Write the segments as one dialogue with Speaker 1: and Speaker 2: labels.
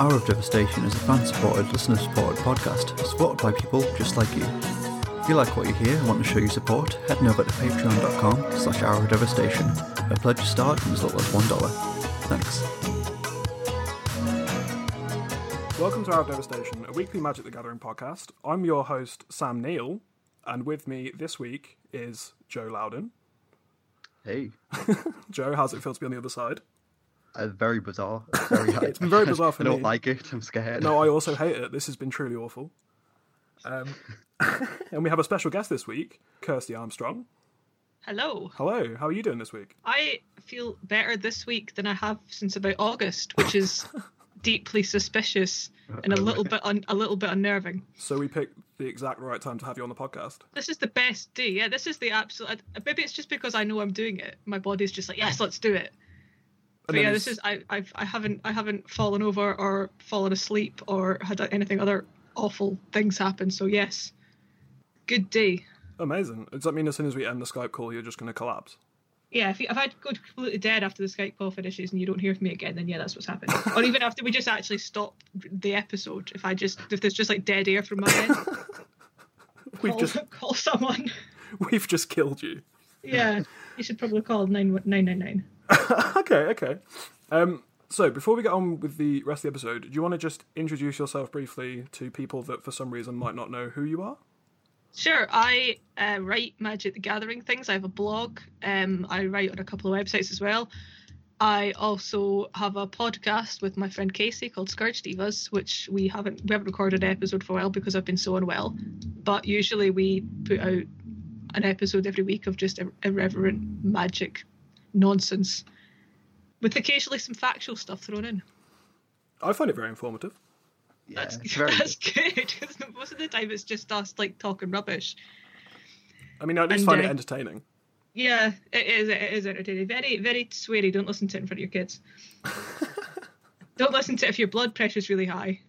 Speaker 1: Hour of Devastation is a fan supported, listener supported podcast supported by people just like you. If you like what you hear and want to show your support, head on over to patreon.com slash hour of devastation, where pledges start from as little as $1. Thanks.
Speaker 2: Welcome to Hour of Devastation, a weekly Magic the Gathering podcast. I'm your host, Sam Neal, and with me this week is Joe Loudon.
Speaker 1: Hey,
Speaker 2: Joe, how's it feel to be on the other side?
Speaker 1: uh, very bizarre. Very, it's
Speaker 2: very bizarre for
Speaker 1: I don't
Speaker 2: me.
Speaker 1: like it. I'm scared.
Speaker 2: No, I also hate it. This has been truly awful. Um, and we have a special guest this week, Kirsty Armstrong.
Speaker 3: Hello.
Speaker 2: Hello, how are you doing this week?
Speaker 3: I feel better this week than I have since about August, which is deeply suspicious and a little bit un- a little bit unnerving.
Speaker 2: So we picked the exact right time to have you on the podcast.
Speaker 3: This is the best day. Yeah, this is the absolute. Maybe it's just because I know I'm doing it. My body's just like, yes, let's do it. But
Speaker 2: then
Speaker 3: Oh, yeah,
Speaker 2: it's-
Speaker 3: this is I I've, I haven't I haven't fallen over or fallen asleep or had anything other awful things happen. So yes, good day.
Speaker 2: amazing. Does that mean as soon as we end the Skype call, you're just going to collapse?
Speaker 3: Yeah, if, you, if I go completely dead after the Skype call finishes and you don't hear from me again, then yeah, that's what's happened. or even after we just actually stop the episode, if I just if there's just like dead air from my end,
Speaker 2: We've
Speaker 3: call,
Speaker 2: just
Speaker 3: call someone.
Speaker 2: we've just killed you.
Speaker 3: Yeah, you should probably call nine one nine nine nine.
Speaker 2: Okay, okay. Um, so before we get on with the rest of the episode, do you want to just introduce yourself briefly to people that for some reason might not know who you are?
Speaker 3: Sure, I uh, write Magic the Gathering things. I have a blog. Um, I write on a couple of websites as well. I also have a podcast with my friend Casey called Scourge Divas, which we haven't we haven't recorded an episode for a while because I've been so unwell. But usually we put out an episode every week of just ir- irreverent magic nonsense, with occasionally some factual stuff thrown in.
Speaker 2: I find it very informative.
Speaker 1: Yeah,
Speaker 3: That's
Speaker 1: it's very
Speaker 3: that's good. 'cause most of the time it's just us like talking rubbish.
Speaker 2: I mean, I at least
Speaker 3: And,
Speaker 2: find
Speaker 3: uh,
Speaker 2: it entertaining.
Speaker 3: Yeah, it is. It is entertaining. Very, very sweary. Don't listen to it in front of your kids. Don't listen to it if your blood pressure's really high,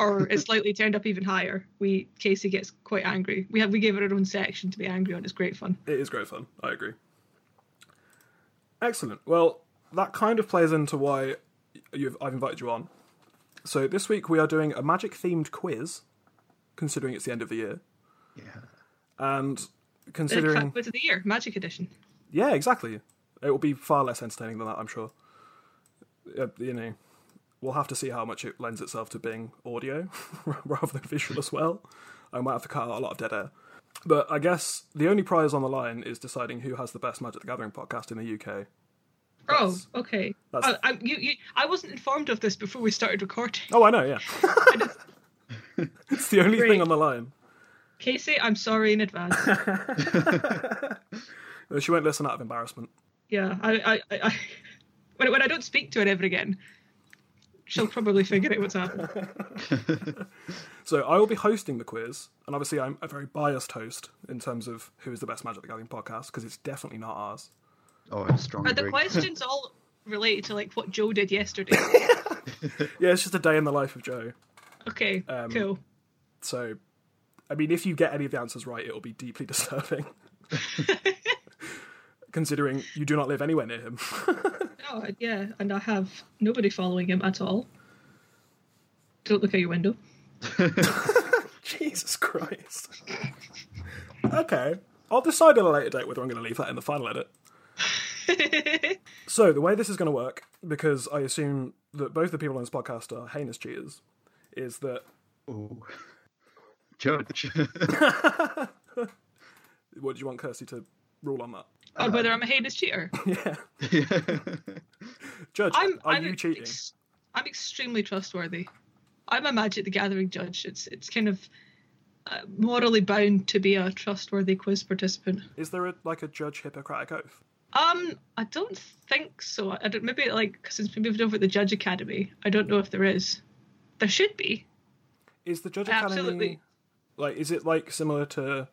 Speaker 3: or it's slightly turned up even higher. We Casey gets quite angry. We have we gave her her own section to be angry on. It's great fun.
Speaker 2: It is great fun. I agree. Excellent. Well, that kind of plays into why you've, I've invited you on. So this week we are doing a magic themed quiz, considering it's the end of the year,
Speaker 1: yeah.
Speaker 2: and
Speaker 3: It
Speaker 2: considering
Speaker 3: of the year, Magic Edition.
Speaker 2: yeah, exactly, it will be far less entertaining than that, I'm sure. Uh, you know, we'll have to see how much it lends itself to being audio rather than visual as well. I might have to cut out a lot of dead air. But I guess the only prize on the line is deciding who has the best Magic the Gathering podcast in the UK.
Speaker 3: Oh, okay.
Speaker 2: that's-
Speaker 3: Oh, I, you, you, I wasn't informed of this before we started recording.
Speaker 2: Oh, I know, yeah. it's the only
Speaker 3: Great.
Speaker 2: thing on the line.
Speaker 3: Casey, I'm sorry in advance.
Speaker 2: Uh, She won't listen out of embarrassment.
Speaker 3: yeah, I, I, I, I when, when I don't speak to her ever again, she'll probably figure out what's happened.
Speaker 2: So I will be hosting the quiz, and obviously I'm a very biased host in terms of who is the best Magic the Gathering podcast, because it's definitely not ours.
Speaker 1: Oh, I'm strong.
Speaker 3: But the
Speaker 1: agree.
Speaker 3: questions all related to like what Joe did yesterday.
Speaker 2: Yeah, it's just a day in the life of Joe.
Speaker 3: Okay,
Speaker 2: Um,
Speaker 3: cool.
Speaker 2: So, I mean, if you get any of the answers right, it will be deeply disturbing. Considering you do not live anywhere near him.
Speaker 3: No, Oh, I- yeah, and I have nobody following him at all. Don't look out your window.
Speaker 2: Jesus Christ. okay. I'll decide at a later date whether I'm going to leave that in the final edit. So the way this is going to work, because I assume that both the people on this podcast are heinous cheaters, is that
Speaker 1: Ooh. Judge.
Speaker 2: what do you want Kirsty to rule on that?
Speaker 3: Or whether
Speaker 2: Um,
Speaker 3: I'm a heinous cheater.
Speaker 2: Judge,
Speaker 3: I'm.
Speaker 2: are
Speaker 3: I'm
Speaker 2: you
Speaker 3: ex-
Speaker 2: cheating?
Speaker 3: I'm extremely trustworthy. I'm a Magic the Gathering judge. It's it's kind of uh, morally bound to be a trustworthy quiz participant.
Speaker 2: Is there a, like a judge Hippocratic oath?
Speaker 3: Um, I don't think so. I don't, maybe like since we moved over to the Judge Academy, I don't know if there is. There should be.
Speaker 2: Is the judge academy
Speaker 3: Absolutely.
Speaker 2: like? Is it like similar to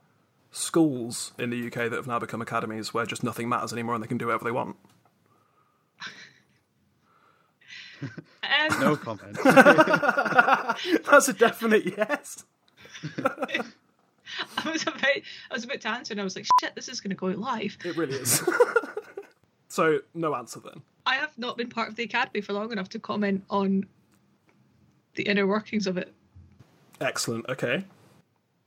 Speaker 2: schools in the UK that have now become academies where just nothing matters anymore and they can do whatever they want?
Speaker 3: Um,
Speaker 1: no comment.
Speaker 2: That's a definite yes.
Speaker 3: I was about, I was about to answer, and I was like, "Shit, this is going to go out live."
Speaker 2: It really is. so no answer then.
Speaker 3: I have not been part of the academy for long enough to comment on the inner workings of it.
Speaker 2: Excellent. Okay.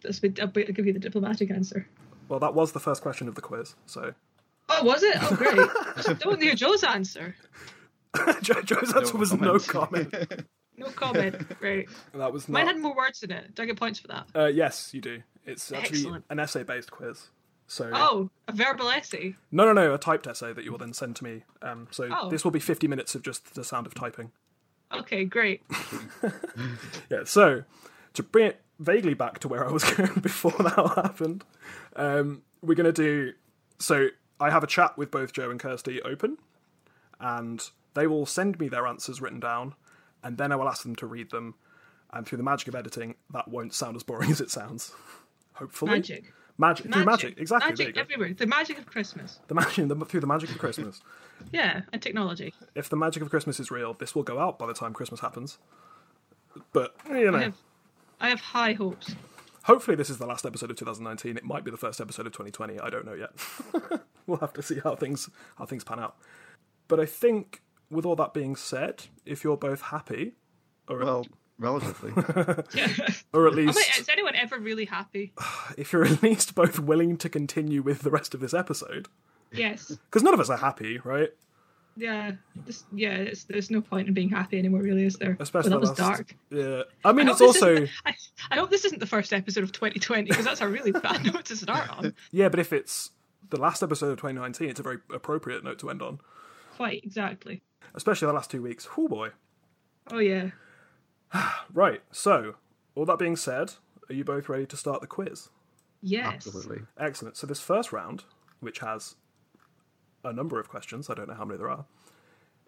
Speaker 3: That's I'll give you the diplomatic answer.
Speaker 2: Well, that was the first question of the quiz. So
Speaker 3: Oh, was it? Oh, great. Don't hear Joe's answer.
Speaker 2: Jo- Joe's answer was no comment.
Speaker 3: No comment. Great.
Speaker 2: That was
Speaker 3: Mine
Speaker 2: not.
Speaker 3: had more words in it. Do I get points for that?
Speaker 2: Uh, yes, you do. It's actually
Speaker 3: Excellent.
Speaker 2: an essay-based quiz. So
Speaker 3: Oh, a verbal essay.
Speaker 2: no, no, no, a typed essay that you will then send to me. Um, so
Speaker 3: Oh.
Speaker 2: this will be 50 minutes of just the sound of typing.
Speaker 3: Okay, great.
Speaker 2: Yeah, so to bring it vaguely back to where I was going before that all happened, um, we're going to do. So I have a chat with both Joe and Kirsty open, and they will send me their answers written down, and then I will ask them to read them. And through the magic of editing, that won't sound as boring as it sounds. Hopefully,
Speaker 3: Magic.
Speaker 2: magic, through magic, exactly. there you
Speaker 3: Magic
Speaker 2: go.
Speaker 3: everywhere. The magic of Christmas.
Speaker 2: the magic, the, through the magic of Christmas.
Speaker 3: Yeah, and technology.
Speaker 2: if the magic of Christmas is real, this will go out by the time Christmas happens. But you know.
Speaker 3: I have, I have high hopes.
Speaker 2: Hopefully, this is the last episode of 2019. It might be the first episode of 2020. I don't know yet. we'll have to see how things how things pan out. But I think, with all that being said, if you're both happy, or,
Speaker 1: Well, relatively.
Speaker 3: Yeah.
Speaker 2: or at
Speaker 3: Oh, wait,
Speaker 2: least
Speaker 3: is anyone ever really happy?
Speaker 2: if you're at least both willing to continue with the rest of this episode,
Speaker 3: Yes.
Speaker 2: because none of us are happy, right?
Speaker 3: Yeah. This, yeah. It's, there's no point in being happy anymore, really, is there?
Speaker 2: Especially
Speaker 3: well, that
Speaker 2: the
Speaker 3: was
Speaker 2: last-
Speaker 3: dark.
Speaker 2: Yeah, I mean,
Speaker 3: I
Speaker 2: it's
Speaker 3: hope this
Speaker 2: also
Speaker 3: isn't- I, I hope this isn't the first episode of 2020 because that's a really bad note to start on.
Speaker 2: yeah, but if it's the last episode of 2019, it's a very appropriate note to end on,
Speaker 3: Quite exactly.
Speaker 2: especially the last two weeks. Whoo boy!
Speaker 3: Oh yeah.
Speaker 2: Right. So, all that being said, are you both ready to start the quiz?
Speaker 3: Yes.
Speaker 1: Absolutely.
Speaker 2: Excellent. So this first round, which has a number of questions, I don't know how many there are,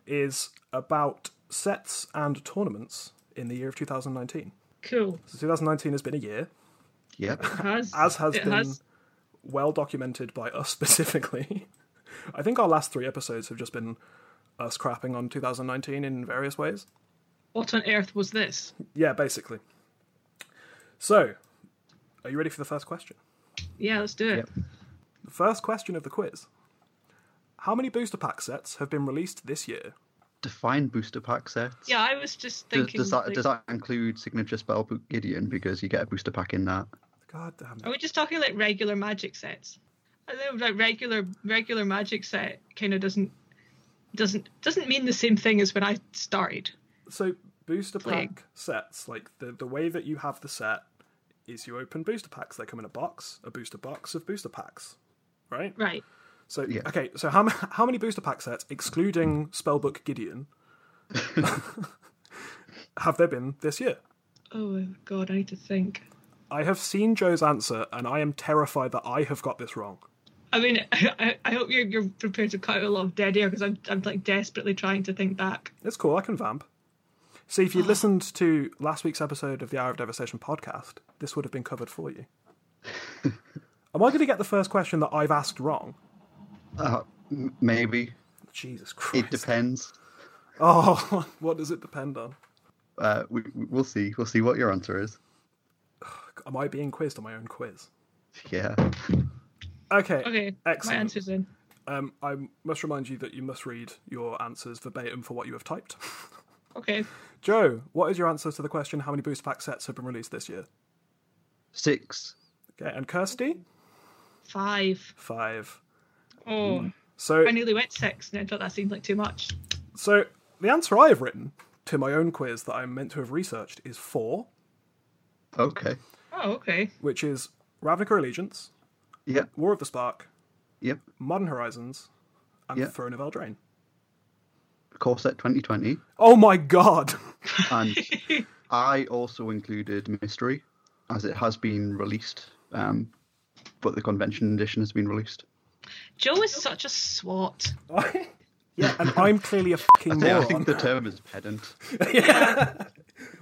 Speaker 2: is about sets and tournaments in the year of 2019.
Speaker 3: Cool.
Speaker 2: So 2019 has been a year,
Speaker 1: Yep.
Speaker 3: It has.
Speaker 2: as has
Speaker 3: it
Speaker 2: been
Speaker 3: has.
Speaker 2: well documented by us specifically. I think our last three episodes have just been us crapping on 2019 in various ways.
Speaker 3: What on earth was this?
Speaker 2: Yeah, basically. So, are you ready for the first question?
Speaker 3: Yeah, let's do it.
Speaker 1: Yep.
Speaker 2: First question of the quiz. How many booster pack sets have been released this year?
Speaker 1: Define booster pack sets.
Speaker 3: Yeah, I was just
Speaker 1: Does,
Speaker 3: thinking.
Speaker 1: does that
Speaker 3: like,
Speaker 1: does that include signature spellbook Gideon because you get a booster pack in that?
Speaker 2: God damn
Speaker 3: Are
Speaker 2: it.
Speaker 3: we just talking like regular magic sets? I think like regular regular magic set kind of doesn't doesn't doesn't mean the same thing as when I started.
Speaker 2: So booster
Speaker 3: Plague.
Speaker 2: pack sets, like the, the way that you have the set is you open booster packs. They come in a box, a booster box of booster packs. Right?
Speaker 3: Right.
Speaker 2: So
Speaker 1: Yeah.
Speaker 2: okay, so how ma- how many booster pack sets, excluding Spellbook Gideon, have there been this year?
Speaker 3: Oh God, I need to think.
Speaker 2: I have seen Joe's answer and I am terrified that I have got this wrong.
Speaker 3: I mean, I, I hope you're, you're prepared to cut out a lot of dead air because I'm, I'm like desperately trying to think back.
Speaker 2: It's cool. I can vamp. See, if you'd listened to last week's episode of the Hour of Devastation podcast, this would have been covered for you. Am I going to get the first question that I've asked wrong?
Speaker 1: Uh, m- maybe
Speaker 2: Jesus
Speaker 1: it
Speaker 2: Christ.
Speaker 1: depends.
Speaker 2: oh, what does it depend on?
Speaker 1: Uh, we, we- we'll see. We'll see what your answer is.
Speaker 2: Am I being quizzed on my own quiz?
Speaker 1: Yeah.
Speaker 2: Okay.
Speaker 3: Okay,
Speaker 2: Excellent.
Speaker 3: my answer's in.
Speaker 2: Um, I must remind you that you must read your answers verbatim for what you have typed.
Speaker 3: Okay,
Speaker 2: Joe, what is your answer to the question how many booster pack sets have been released this year?
Speaker 1: Six.
Speaker 2: Okay, and Kirsty?
Speaker 3: five.
Speaker 2: Five.
Speaker 3: Oh,
Speaker 2: So
Speaker 3: I nearly went six, and I thought that seemed like too much.
Speaker 2: So the answer I have written to my own quiz that I'm meant to have researched is four,
Speaker 1: Okay.
Speaker 3: Oh, okay.
Speaker 2: which is Ravnica Allegiance,
Speaker 1: Yep.
Speaker 2: War of the Spark,
Speaker 1: Yep.
Speaker 2: Modern Horizons, and
Speaker 1: Yeah.
Speaker 2: Throne of Eldraine.
Speaker 1: Corset 2020.
Speaker 2: Oh my god!
Speaker 1: And I also included Mystery, as it has been released, um, but the convention edition has been released.
Speaker 3: Joe is such a swat.
Speaker 2: yeah, and I'm clearly a fucking
Speaker 1: Yeah, I
Speaker 2: moron.
Speaker 1: think the term is pedant.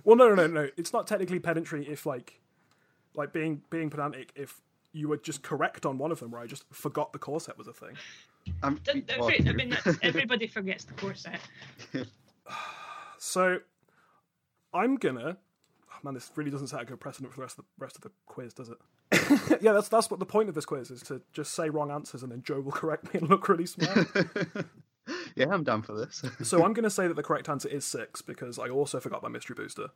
Speaker 2: Well, no, no, no, no. It's not technically pedantry if like, like being being pedantic if you were just correct on one of them, where I just forgot the core set was a thing.
Speaker 1: Um,
Speaker 3: Don't- don't
Speaker 1: well,
Speaker 3: forget- I mean, that's, everybody forgets the corset.
Speaker 2: So I'm gonna. Oh man, this really doesn't set a good precedent for the rest of the rest of the quiz, does it? yeah, that's that's what the point of this quiz is to just say wrong answers and then Joe will correct me and look really smart.
Speaker 1: yeah, I'm down for this.
Speaker 2: so I'm gonna say that the correct answer is six because I also forgot my mystery booster.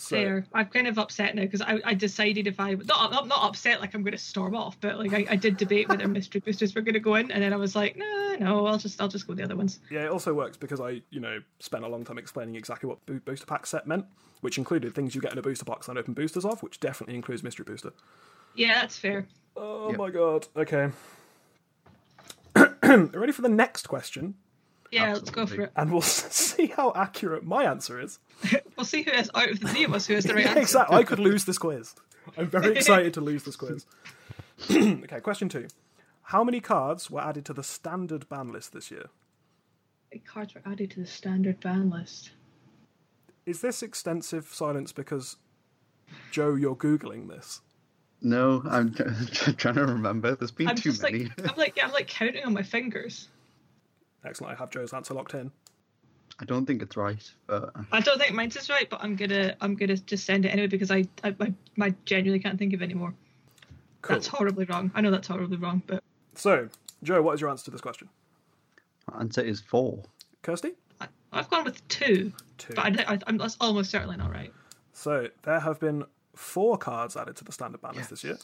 Speaker 2: So,
Speaker 3: Fair. I'm kind of upset now because I, I decided if I not I'm not upset like I'm going to storm off, but like I, I did debate whether mystery boosters were going to go in, and then I was like, no, no, I'll just I'll just go with the other ones.
Speaker 2: Yeah, it also works because I, you know, spent a long time explaining exactly what bo- booster pack set meant, which included things you get in a booster box and open boosters of, which definitely includes mystery booster.
Speaker 3: Yeah, that's fair.
Speaker 2: Oh
Speaker 1: Yep.
Speaker 2: my god. Okay. Ready for the next question,
Speaker 3: Yeah, let's go
Speaker 1: Absolutely.
Speaker 3: for it.
Speaker 2: and we'll see how accurate my answer is.
Speaker 3: We'll see who has out of the three of us who has the right answer.
Speaker 2: Exactly. I could lose this quiz. I'm very excited to lose this quiz. okay, question two. How many cards were added to the standard ban list this year?
Speaker 3: What Cards were added to the standard ban list.
Speaker 2: Is this extensive silence because, Joe, you're Googling this?
Speaker 1: No, I'm tr- tr- trying to remember. There's been
Speaker 3: I'm
Speaker 1: too
Speaker 3: just
Speaker 1: many.
Speaker 3: like I'm like yeah, I'm like counting on my fingers.
Speaker 2: Excellent. I have Joe's answer locked in.
Speaker 1: I don't think it's right, but
Speaker 3: I don't think mine's is right, but I'm gonna I'm gonna just send it anyway because I I, I, I genuinely can't think of any more.
Speaker 2: Cool.
Speaker 3: That's horribly wrong. I know that's horribly wrong, but
Speaker 2: So, Joe, what is your answer to this question?
Speaker 1: my answer is four.
Speaker 2: Kirsty?
Speaker 3: I, I've gone with two.
Speaker 2: Two.
Speaker 3: But I, don't- I, I'm, that's almost certainly not right.
Speaker 2: So, there have been four cards added to the standard ban list this year.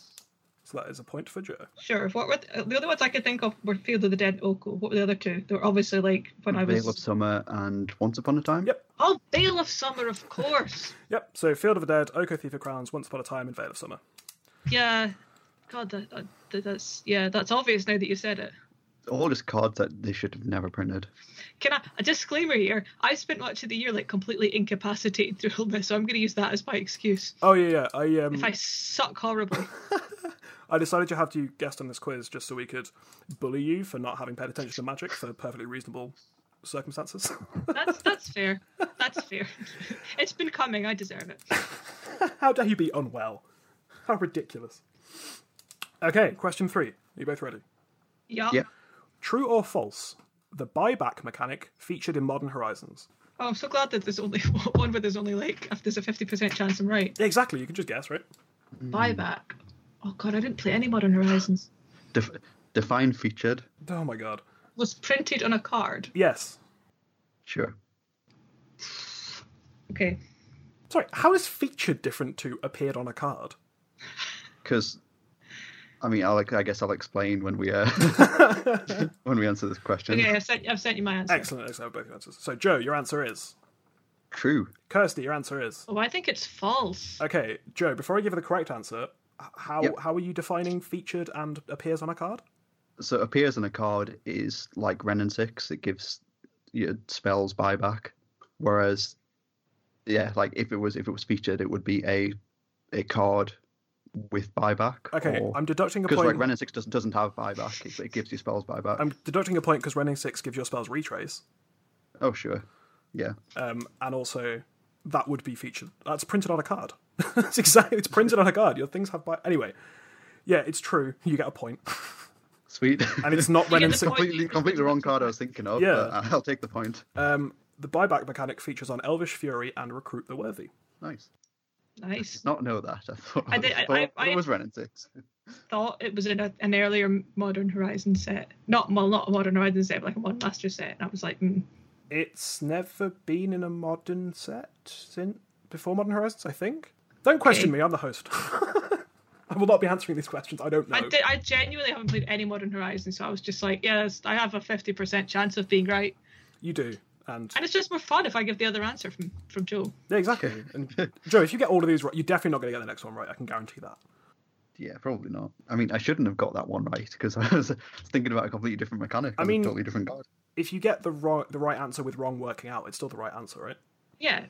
Speaker 2: So, that is a point for Joe.
Speaker 3: Sure. What were the, the other ones I could think of were Field of the Dead and Oko. What were the other two? They were obviously like when I
Speaker 1: Veil of
Speaker 3: was.
Speaker 1: Summer and Once Upon a Time.
Speaker 2: Yep.
Speaker 3: Oh, Veil of Summer, of course.
Speaker 2: Yep. So, Field of the Dead, Oko Thief of Crowns, Once Upon a Time, and Veil of Summer.
Speaker 3: yeah. God, that, that, that's yeah, that's obvious now that you said it.
Speaker 1: All just cards that they should have never printed.
Speaker 3: Can I a disclaimer here? I spent much of the year like completely incapacitated through all this, so I'm going to use that as my excuse.
Speaker 2: Oh, yeah, yeah. I, um,
Speaker 3: If I suck horribly,
Speaker 2: I decided to have you guest on this quiz just so we could bully you for not having paid attention to magic for perfectly reasonable circumstances.
Speaker 3: that's that's fair. That's fair. it's been coming. I deserve it.
Speaker 2: How dare you be unwell? How ridiculous. Okay, question three. Are you both ready?
Speaker 3: Yeah.
Speaker 1: Yep.
Speaker 2: True or false? The buyback mechanic featured in Modern Horizons.
Speaker 3: Oh, I'm so glad that there's only one where there's only like if there's a fifty percent chance I'm right.
Speaker 2: Yeah, exactly. You can just guess, right?
Speaker 3: buyback. Oh god, I didn't play any Modern Horizons.
Speaker 1: Def- define featured.
Speaker 2: Oh my god.
Speaker 3: Was printed on a card.
Speaker 2: Yes.
Speaker 1: Sure.
Speaker 3: Okay.
Speaker 2: Sorry, how is featured different to appeared on a card?
Speaker 1: Because, I mean, I'll, I guess I'll explain when we uh, when we answer this question.
Speaker 3: Okay, I've sent I've sent you my answer.
Speaker 2: Excellent, excellent. I have both your answers. So, Joe, your answer is.
Speaker 1: True.
Speaker 2: Kirsty, your answer is.
Speaker 3: Oh, I think it's false.
Speaker 2: Okay, Joe, before I give you the correct answer, h- how,
Speaker 1: Yep.
Speaker 2: how are you defining featured and appears on a card?
Speaker 1: So appears on a card is like Ren and Six. It gives your spells buyback. Whereas, yeah, like if it was if it was featured, it would be a a card with buyback.
Speaker 2: Okay,
Speaker 1: or-
Speaker 2: I'm deducting a
Speaker 1: Because
Speaker 2: point.
Speaker 1: Oh. like Ren and Six doesn't doesn't have buyback, it, it gives you spells buyback.
Speaker 2: I'm deducting a point because Renning 6 gives your spells retrace,
Speaker 1: Oh sure, yeah.
Speaker 2: um, and also that would be featured. That's printed on a card. it's exactly, it's printed on a card. Your things have. By- anyway, yeah, it's true. You get a point.
Speaker 1: Sweet.
Speaker 2: And it's not Ren
Speaker 3: get
Speaker 2: and
Speaker 3: the
Speaker 2: Six.
Speaker 3: point.
Speaker 1: completely completely wrong card I was thinking of.
Speaker 2: Yeah.
Speaker 1: but I- I'll take the point.
Speaker 2: Um, the buyback mechanic features on Elvish Fury and Recruit the Worthy.
Speaker 1: nice.
Speaker 3: Nice.
Speaker 1: Not know that. I thought,
Speaker 3: I did- I-
Speaker 1: thought-
Speaker 3: I-
Speaker 1: thought
Speaker 3: I-
Speaker 1: it was Ren and Six.
Speaker 3: Thought it was in a, an earlier Modern Horizon set. Not well, not a Modern Horizon set, but like a One Master set. And I was like, mm.
Speaker 2: It's never been in a modern set since before Modern Horizons, I think. Don't question
Speaker 3: Okay.
Speaker 2: me. I'm the host. I will not be answering these questions. I don't know.
Speaker 3: I did. I genuinely haven't played any Modern Horizon, so I was just like, yeah, that's, I have a fifty percent chance of being right,
Speaker 2: You do. And
Speaker 3: and it's just more fun if I give the other answer from from Joe.
Speaker 2: yeah, exactly. And Joe, if you get all of these right, you're definitely not going to get the next one right. I can guarantee that.
Speaker 1: Yeah, probably not. I mean, I shouldn't have got that one right because I was thinking about a completely different mechanic. I mean,
Speaker 2: mean-
Speaker 1: totally different card.
Speaker 2: If you get the right the right answer with wrong working out, it's still the right answer, right?
Speaker 3: Yeah,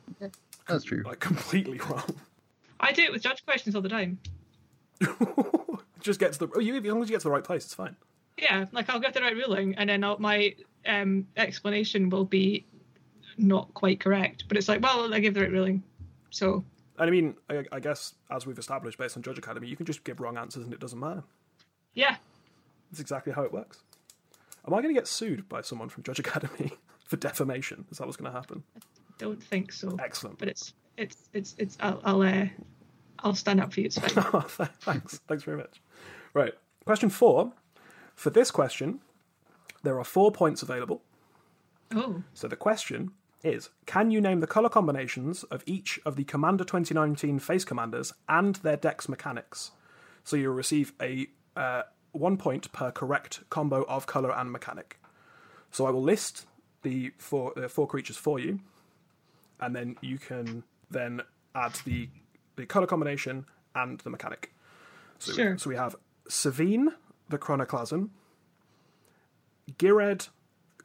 Speaker 1: That's true.
Speaker 2: Like completely wrong.
Speaker 3: I do it with judge questions all the time.
Speaker 2: Just get to the oh, you, as long as you get to the right place, it's fine.
Speaker 3: Yeah, like I'll get the right ruling, and then I'll, my um, explanation will be not quite correct. But it's like, well, I gave the right ruling, so
Speaker 2: And I mean, I, I guess as we've established based on Judge Academy, you can just give wrong answers and it doesn't matter.
Speaker 3: yeah.
Speaker 2: That's exactly how it works. Am I going to get sued by someone from Judge Academy for defamation? Is that what's going to happen?
Speaker 3: Don't think so.
Speaker 2: Excellent.
Speaker 3: But it's it's it's it's. I'll I'll, uh, I'll stand up for you. It's fine.
Speaker 2: Oh, th- thanks. Thanks very much. Right. Question four. For this question, there are four points available.
Speaker 3: oh,
Speaker 2: So the question is can you name the color combinations of each of the Commander 2019 face commanders and their dex mechanics? So you'll receive a uh, one point per correct combo of color and mechanic. So I will list the four uh, four creatures for you, and then you can then add the the color combination and the mechanic. So, we-
Speaker 3: Sure.
Speaker 2: so we have Savine, the Chronoclasm, Gired,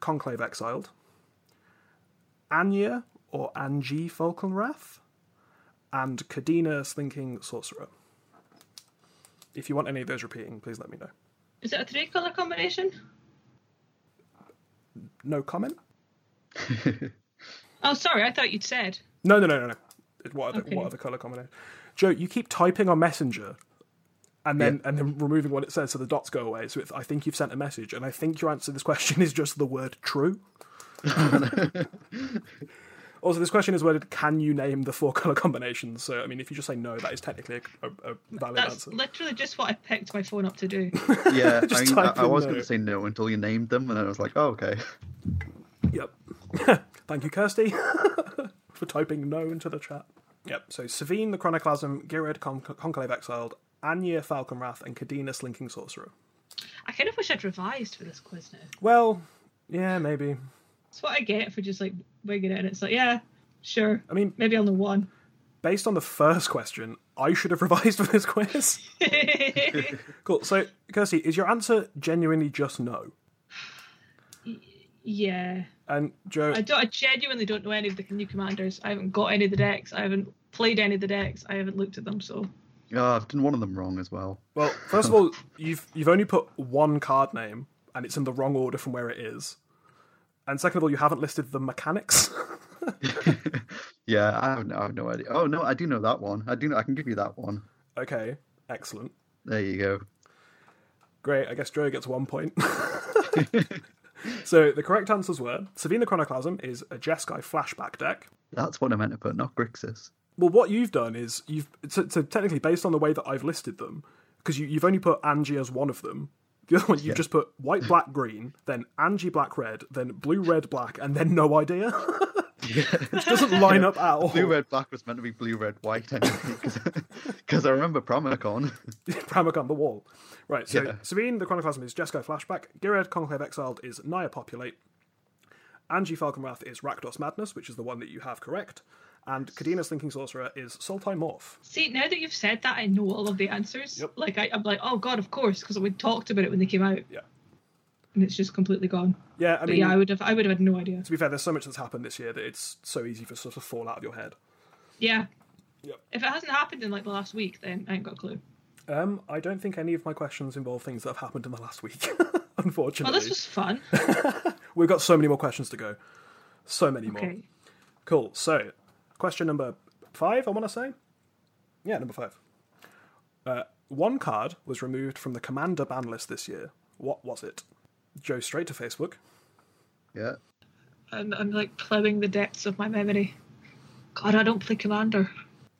Speaker 2: Conclave Exiled, Anya or Angie Falconwrath, and Kadena Slinking Sorcerer. If you want any of those repeating, please let me know.
Speaker 3: Is it a three color combination?
Speaker 2: No comment?
Speaker 3: Oh, sorry, I thought you'd said.
Speaker 2: No, no, no, no, no. It- What are the,
Speaker 3: Okay.
Speaker 2: what are the color combinations? Joe, you keep typing on Messenger, and then and then removing what it says so the dots go away. So it's, I think you've sent a message, and I think your answer to this question is just the word true. also, this question is worded: Can you name the four color combinations? So I mean, if you just say no, that is technically a, a, a valid
Speaker 3: That's
Speaker 2: answer.
Speaker 3: literally just what I picked my phone up to do.
Speaker 1: Yeah, I, mean, I,
Speaker 2: type
Speaker 1: I
Speaker 2: in
Speaker 1: was
Speaker 2: no.
Speaker 1: going to say no until you named them, and then I was like, oh, okay.
Speaker 2: Yep. Thank you, Kirsty, for typing no into the chat. Yep. So Savine the Chronoclasm, Girid Con- Conclave Exiled, Anya Falconwrath, and Kadena Slinking Sorcerer.
Speaker 3: I kind of wish I'd revised for this quiz now.
Speaker 2: Well, yeah, maybe.
Speaker 3: It's what I get for just like wigging it, and it's like, yeah, sure.
Speaker 2: I mean,
Speaker 3: Maybe on the one.
Speaker 2: based on the first question, I should have revised for this quiz. cool. So, Kirsty, is your answer genuinely just no?
Speaker 3: yeah.
Speaker 2: And Joe,
Speaker 3: I, don't, I genuinely don't know any of the new commanders. I haven't got any of the decks. I haven't played any of the decks. I haven't looked at them, so.
Speaker 1: Oh, I've done one of them wrong as well.
Speaker 2: well, first of all, you've you've only put one card name, and it's in the wrong order from where it is. And second of all, you haven't listed the mechanics.
Speaker 1: Yeah, I have no, I have no idea. Oh no, I do know that one. I do know. I can give you that one.
Speaker 2: okay, excellent.
Speaker 1: There you go.
Speaker 2: Great, I guess Joe gets one point. so the correct answers were Savina Chronoclasm is a Jeskai flashback deck.
Speaker 1: That's what I meant to put, not Grixis.
Speaker 2: Well, what you've done is you've so, so technically based on the way that I've listed them, because you, you've only put Angie as one of them. The other one you've just put white, black, green, then Angie, black, red, then blue, red, black, and then no idea, which doesn't line up at all.
Speaker 1: Blue, red, black was meant to be blue, red, white. Because I remember Promicon.
Speaker 2: Pramicon, the wall. Right, so
Speaker 1: Yeah.
Speaker 2: Sabine, the Chronoclasm is Jeskai Flashback. Gired, Conclave Exiled is Naya Populate. Angie Falconwrath is Rakdos Madness, which is the one that you have correct. And Kadena Slinking Sorcerer is Sultai Morph.
Speaker 3: See, now that you've said that, I know all of the answers.
Speaker 2: Yep.
Speaker 3: Like, I, I'm like, oh, God, of course, because we talked about it when they came out.
Speaker 2: Yeah.
Speaker 3: And it's just completely gone.
Speaker 2: Yeah, I
Speaker 3: But
Speaker 2: mean,
Speaker 3: yeah, I would have I would have had no idea.
Speaker 2: to be fair, there's so much that's happened this year that it's so easy for stuff to fall out of your head.
Speaker 3: Yeah.
Speaker 2: Yep.
Speaker 3: If it hasn't happened in like the last week, then I ain't got a clue.
Speaker 2: Um, I don't think any of my questions involve things that have happened in the last week, unfortunately.
Speaker 3: Well, this was fun.
Speaker 2: We've got so many more questions to go. So many more.
Speaker 3: Okay.
Speaker 2: Cool. So, question number five, I want to say. Yeah, number five. Uh, one card was removed from the commander ban list this year. What was it? Joe, straight to Facebook.
Speaker 1: yeah.
Speaker 3: I'm, I'm like plowing the depths of my memory. God, I don't play Commander.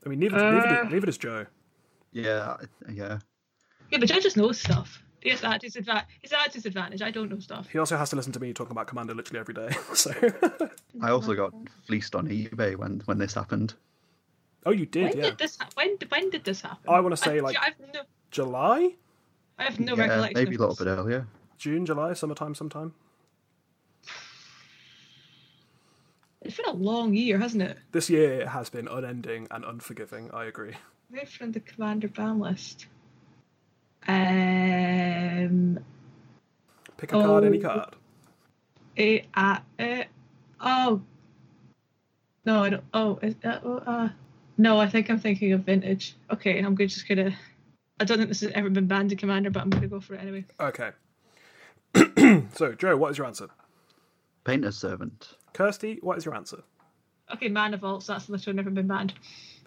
Speaker 2: I mean, neither, neither,
Speaker 3: Uh.
Speaker 2: did- neither does Joe.
Speaker 1: Yeah. I- Yeah.
Speaker 3: Yeah, but I just know stuff. Yes, that is adva- Is that disadvantage? I don't know stuff.
Speaker 2: He also has to listen to me talking about commander literally every day. So,
Speaker 1: I also got fleeced on eBay when when this happened.
Speaker 2: oh, you did,
Speaker 3: When
Speaker 2: yeah.
Speaker 3: did this? Ha- when when did this happen?
Speaker 2: I wanna say, like-
Speaker 3: I have no,
Speaker 2: July,
Speaker 3: I have no
Speaker 1: yeah,
Speaker 3: recollection.
Speaker 1: maybe a
Speaker 3: of
Speaker 1: little
Speaker 3: this.
Speaker 1: bit earlier.
Speaker 2: June, July, summertime, sometime.
Speaker 3: It's been a long year, hasn't it?
Speaker 2: This year has been unending and unforgiving. I agree.
Speaker 3: Right from the Commander ban list. Um,
Speaker 2: Pick a card, any
Speaker 3: Oh.
Speaker 2: card.
Speaker 3: eh, ah, eh, oh. No, I don't. Oh, is, uh, oh, uh, no, I think I'm thinking of vintage. Okay, and I'm gonna just gonna. I don't think this has ever been banned in Commander, but I'm gonna go for it anyway.
Speaker 2: Okay. so, Joe, what is your answer?
Speaker 1: Painter's Servant.
Speaker 2: Kirsty, what is your answer?
Speaker 3: Okay, Man of Vaults, that's literally never been banned.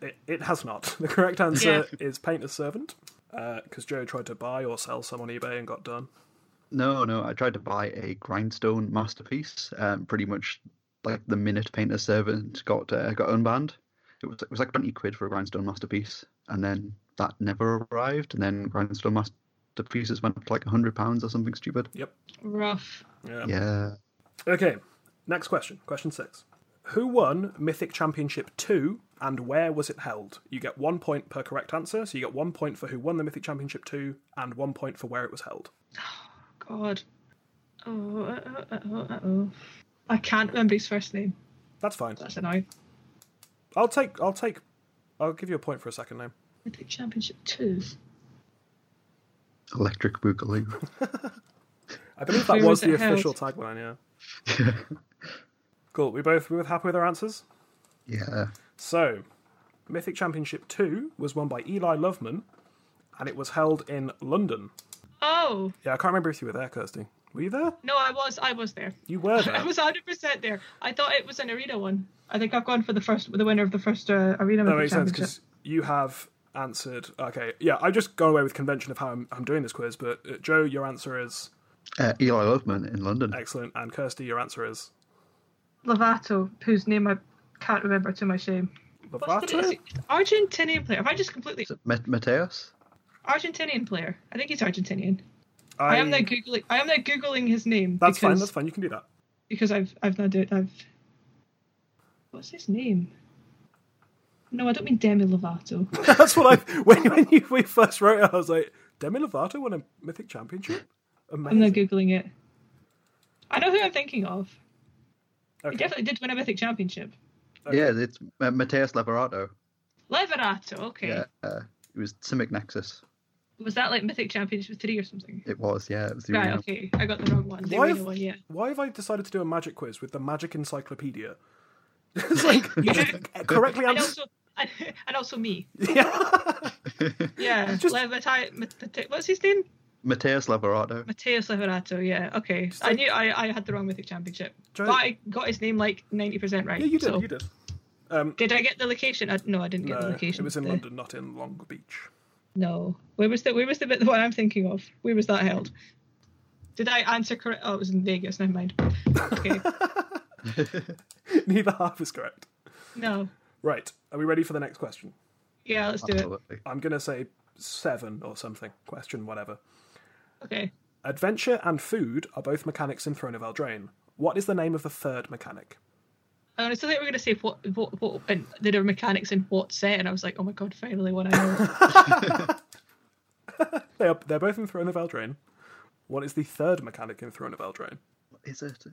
Speaker 2: It, it has not. The correct answer is Painter's Servant, because Joe tried to buy or sell some on eBay and got done.
Speaker 1: No, no, I tried to buy a grindstone masterpiece. Um, pretty much like the minute Painter's Servant got uh, got unbanned, it was it was like twenty quid for a grindstone masterpiece, and then that never arrived. And then grindstone masterpieces went up to like hundred pounds or something stupid.
Speaker 2: Yep.
Speaker 3: Rough.
Speaker 1: Yeah,
Speaker 2: Okay. Next question. Question six. Who won Mythic Championship 2 and where was it held? You get one point per correct answer, so you get one point for who won the Mythic Championship 2 and one point for where it was held.
Speaker 3: God. Oh, uh oh, uh oh. I can't remember his first name.
Speaker 2: That's fine.
Speaker 3: That's annoying.
Speaker 2: I'll take I'll take I'll give you a point for a second name.
Speaker 3: Mythic Championship 2.
Speaker 1: Electric Boogaloo.
Speaker 2: I believe that
Speaker 3: Where
Speaker 2: was
Speaker 3: was
Speaker 2: the
Speaker 3: it held?
Speaker 2: official tagline, yeah. Cool. We both we were happy with our answers?
Speaker 1: yeah.
Speaker 2: So, Mythic Championship 2 was won by Eli Loveman and it was held in London.
Speaker 3: Oh,
Speaker 2: Yeah, I can't remember if you were there, Kirsty. Were you there?
Speaker 3: no, I was I was there.
Speaker 2: You were
Speaker 3: I
Speaker 2: there.
Speaker 3: was 100% there. I thought it was an arena one. I think I've gone for the first the winner of the first uh, arena
Speaker 2: that
Speaker 3: Mythic
Speaker 2: makes sense
Speaker 3: championship.
Speaker 2: because you have answered. Okay, yeah, I just got away with convention of how I'm, I'm doing this quiz, but uh, Joe, your answer is
Speaker 1: Uh, Eli Loveman in London.
Speaker 2: excellent, and Kirsty, your answer is
Speaker 3: Lovato, whose name I can't remember to my shame. What's the
Speaker 2: Lovato.
Speaker 3: Argentinian player. Have I just completely
Speaker 1: Mat- Mateos?
Speaker 3: Argentinian player? I think he's Argentinian.
Speaker 2: I,
Speaker 3: I, am now googling. I am now googling his name.
Speaker 2: That's fine.
Speaker 3: because,
Speaker 2: That's fine. You can do that.
Speaker 3: Because I've I've not do I've. What's his name? No, I don't mean Demi Lovato.
Speaker 2: that's what I when when you we first wrote it, I was like Demi Lovato won a Mythic Championship.
Speaker 3: I'm now
Speaker 2: Amazing.
Speaker 3: googling it. I know who I'm thinking of.
Speaker 2: Okay.
Speaker 3: He definitely did win a mythic championship.
Speaker 2: Okay.
Speaker 1: Yeah, it's uh, Mateus Leverato.
Speaker 3: Leverato. Okay.
Speaker 1: Yeah. Uh, it was Simic Nexus.
Speaker 3: Was that like mythic championship three or something?
Speaker 1: It was, yeah. It was the
Speaker 3: Right.
Speaker 1: original.
Speaker 3: Okay. I got the wrong one. The
Speaker 2: Why
Speaker 3: arena
Speaker 2: have-
Speaker 3: one. Yeah.
Speaker 2: Why have I decided to do a magic quiz with the Magic Encyclopedia? it's like you just correctly
Speaker 3: And
Speaker 2: answer.
Speaker 3: also, and, also me.
Speaker 2: Yeah.
Speaker 3: Yeah.
Speaker 2: Just-
Speaker 3: Levati- Mate- what's his name?
Speaker 1: Mateus Leverato.
Speaker 3: Mateus Leverato, yeah. Okay.
Speaker 2: Just
Speaker 3: I
Speaker 2: like-
Speaker 3: knew I, I had the wrong Mythic Championship.
Speaker 2: Joe-
Speaker 3: But I got his name like 90% right.
Speaker 2: yeah, you did.
Speaker 3: so-
Speaker 2: You did. Um,
Speaker 3: Did I get the location? I, no, I didn't get
Speaker 2: no,
Speaker 3: the location.
Speaker 2: it was in
Speaker 3: The-
Speaker 2: London, not in Long Beach.
Speaker 3: No. Where was the where was the bit the one I'm thinking of? Where was that held? Did I answer correct? Oh, it was in Vegas. Never mind. Okay.
Speaker 2: Neither half is correct.
Speaker 3: no.
Speaker 2: Right. Are we ready for the next question?
Speaker 3: Yeah, let's do it.
Speaker 1: Absolutely.
Speaker 2: I'm going to say seven or something. Question, whatever.
Speaker 3: Okay.
Speaker 2: Adventure and food are both mechanics in Throne of Eldraine. What is the name of the third mechanic?
Speaker 3: I honestly think we are going to say what, what, what, and there are mechanics in what set, and I was like, oh my god, finally one I know.
Speaker 2: They are, they're both in Throne of Eldraine. What is the third mechanic in Throne of Eldraine?
Speaker 1: What is it?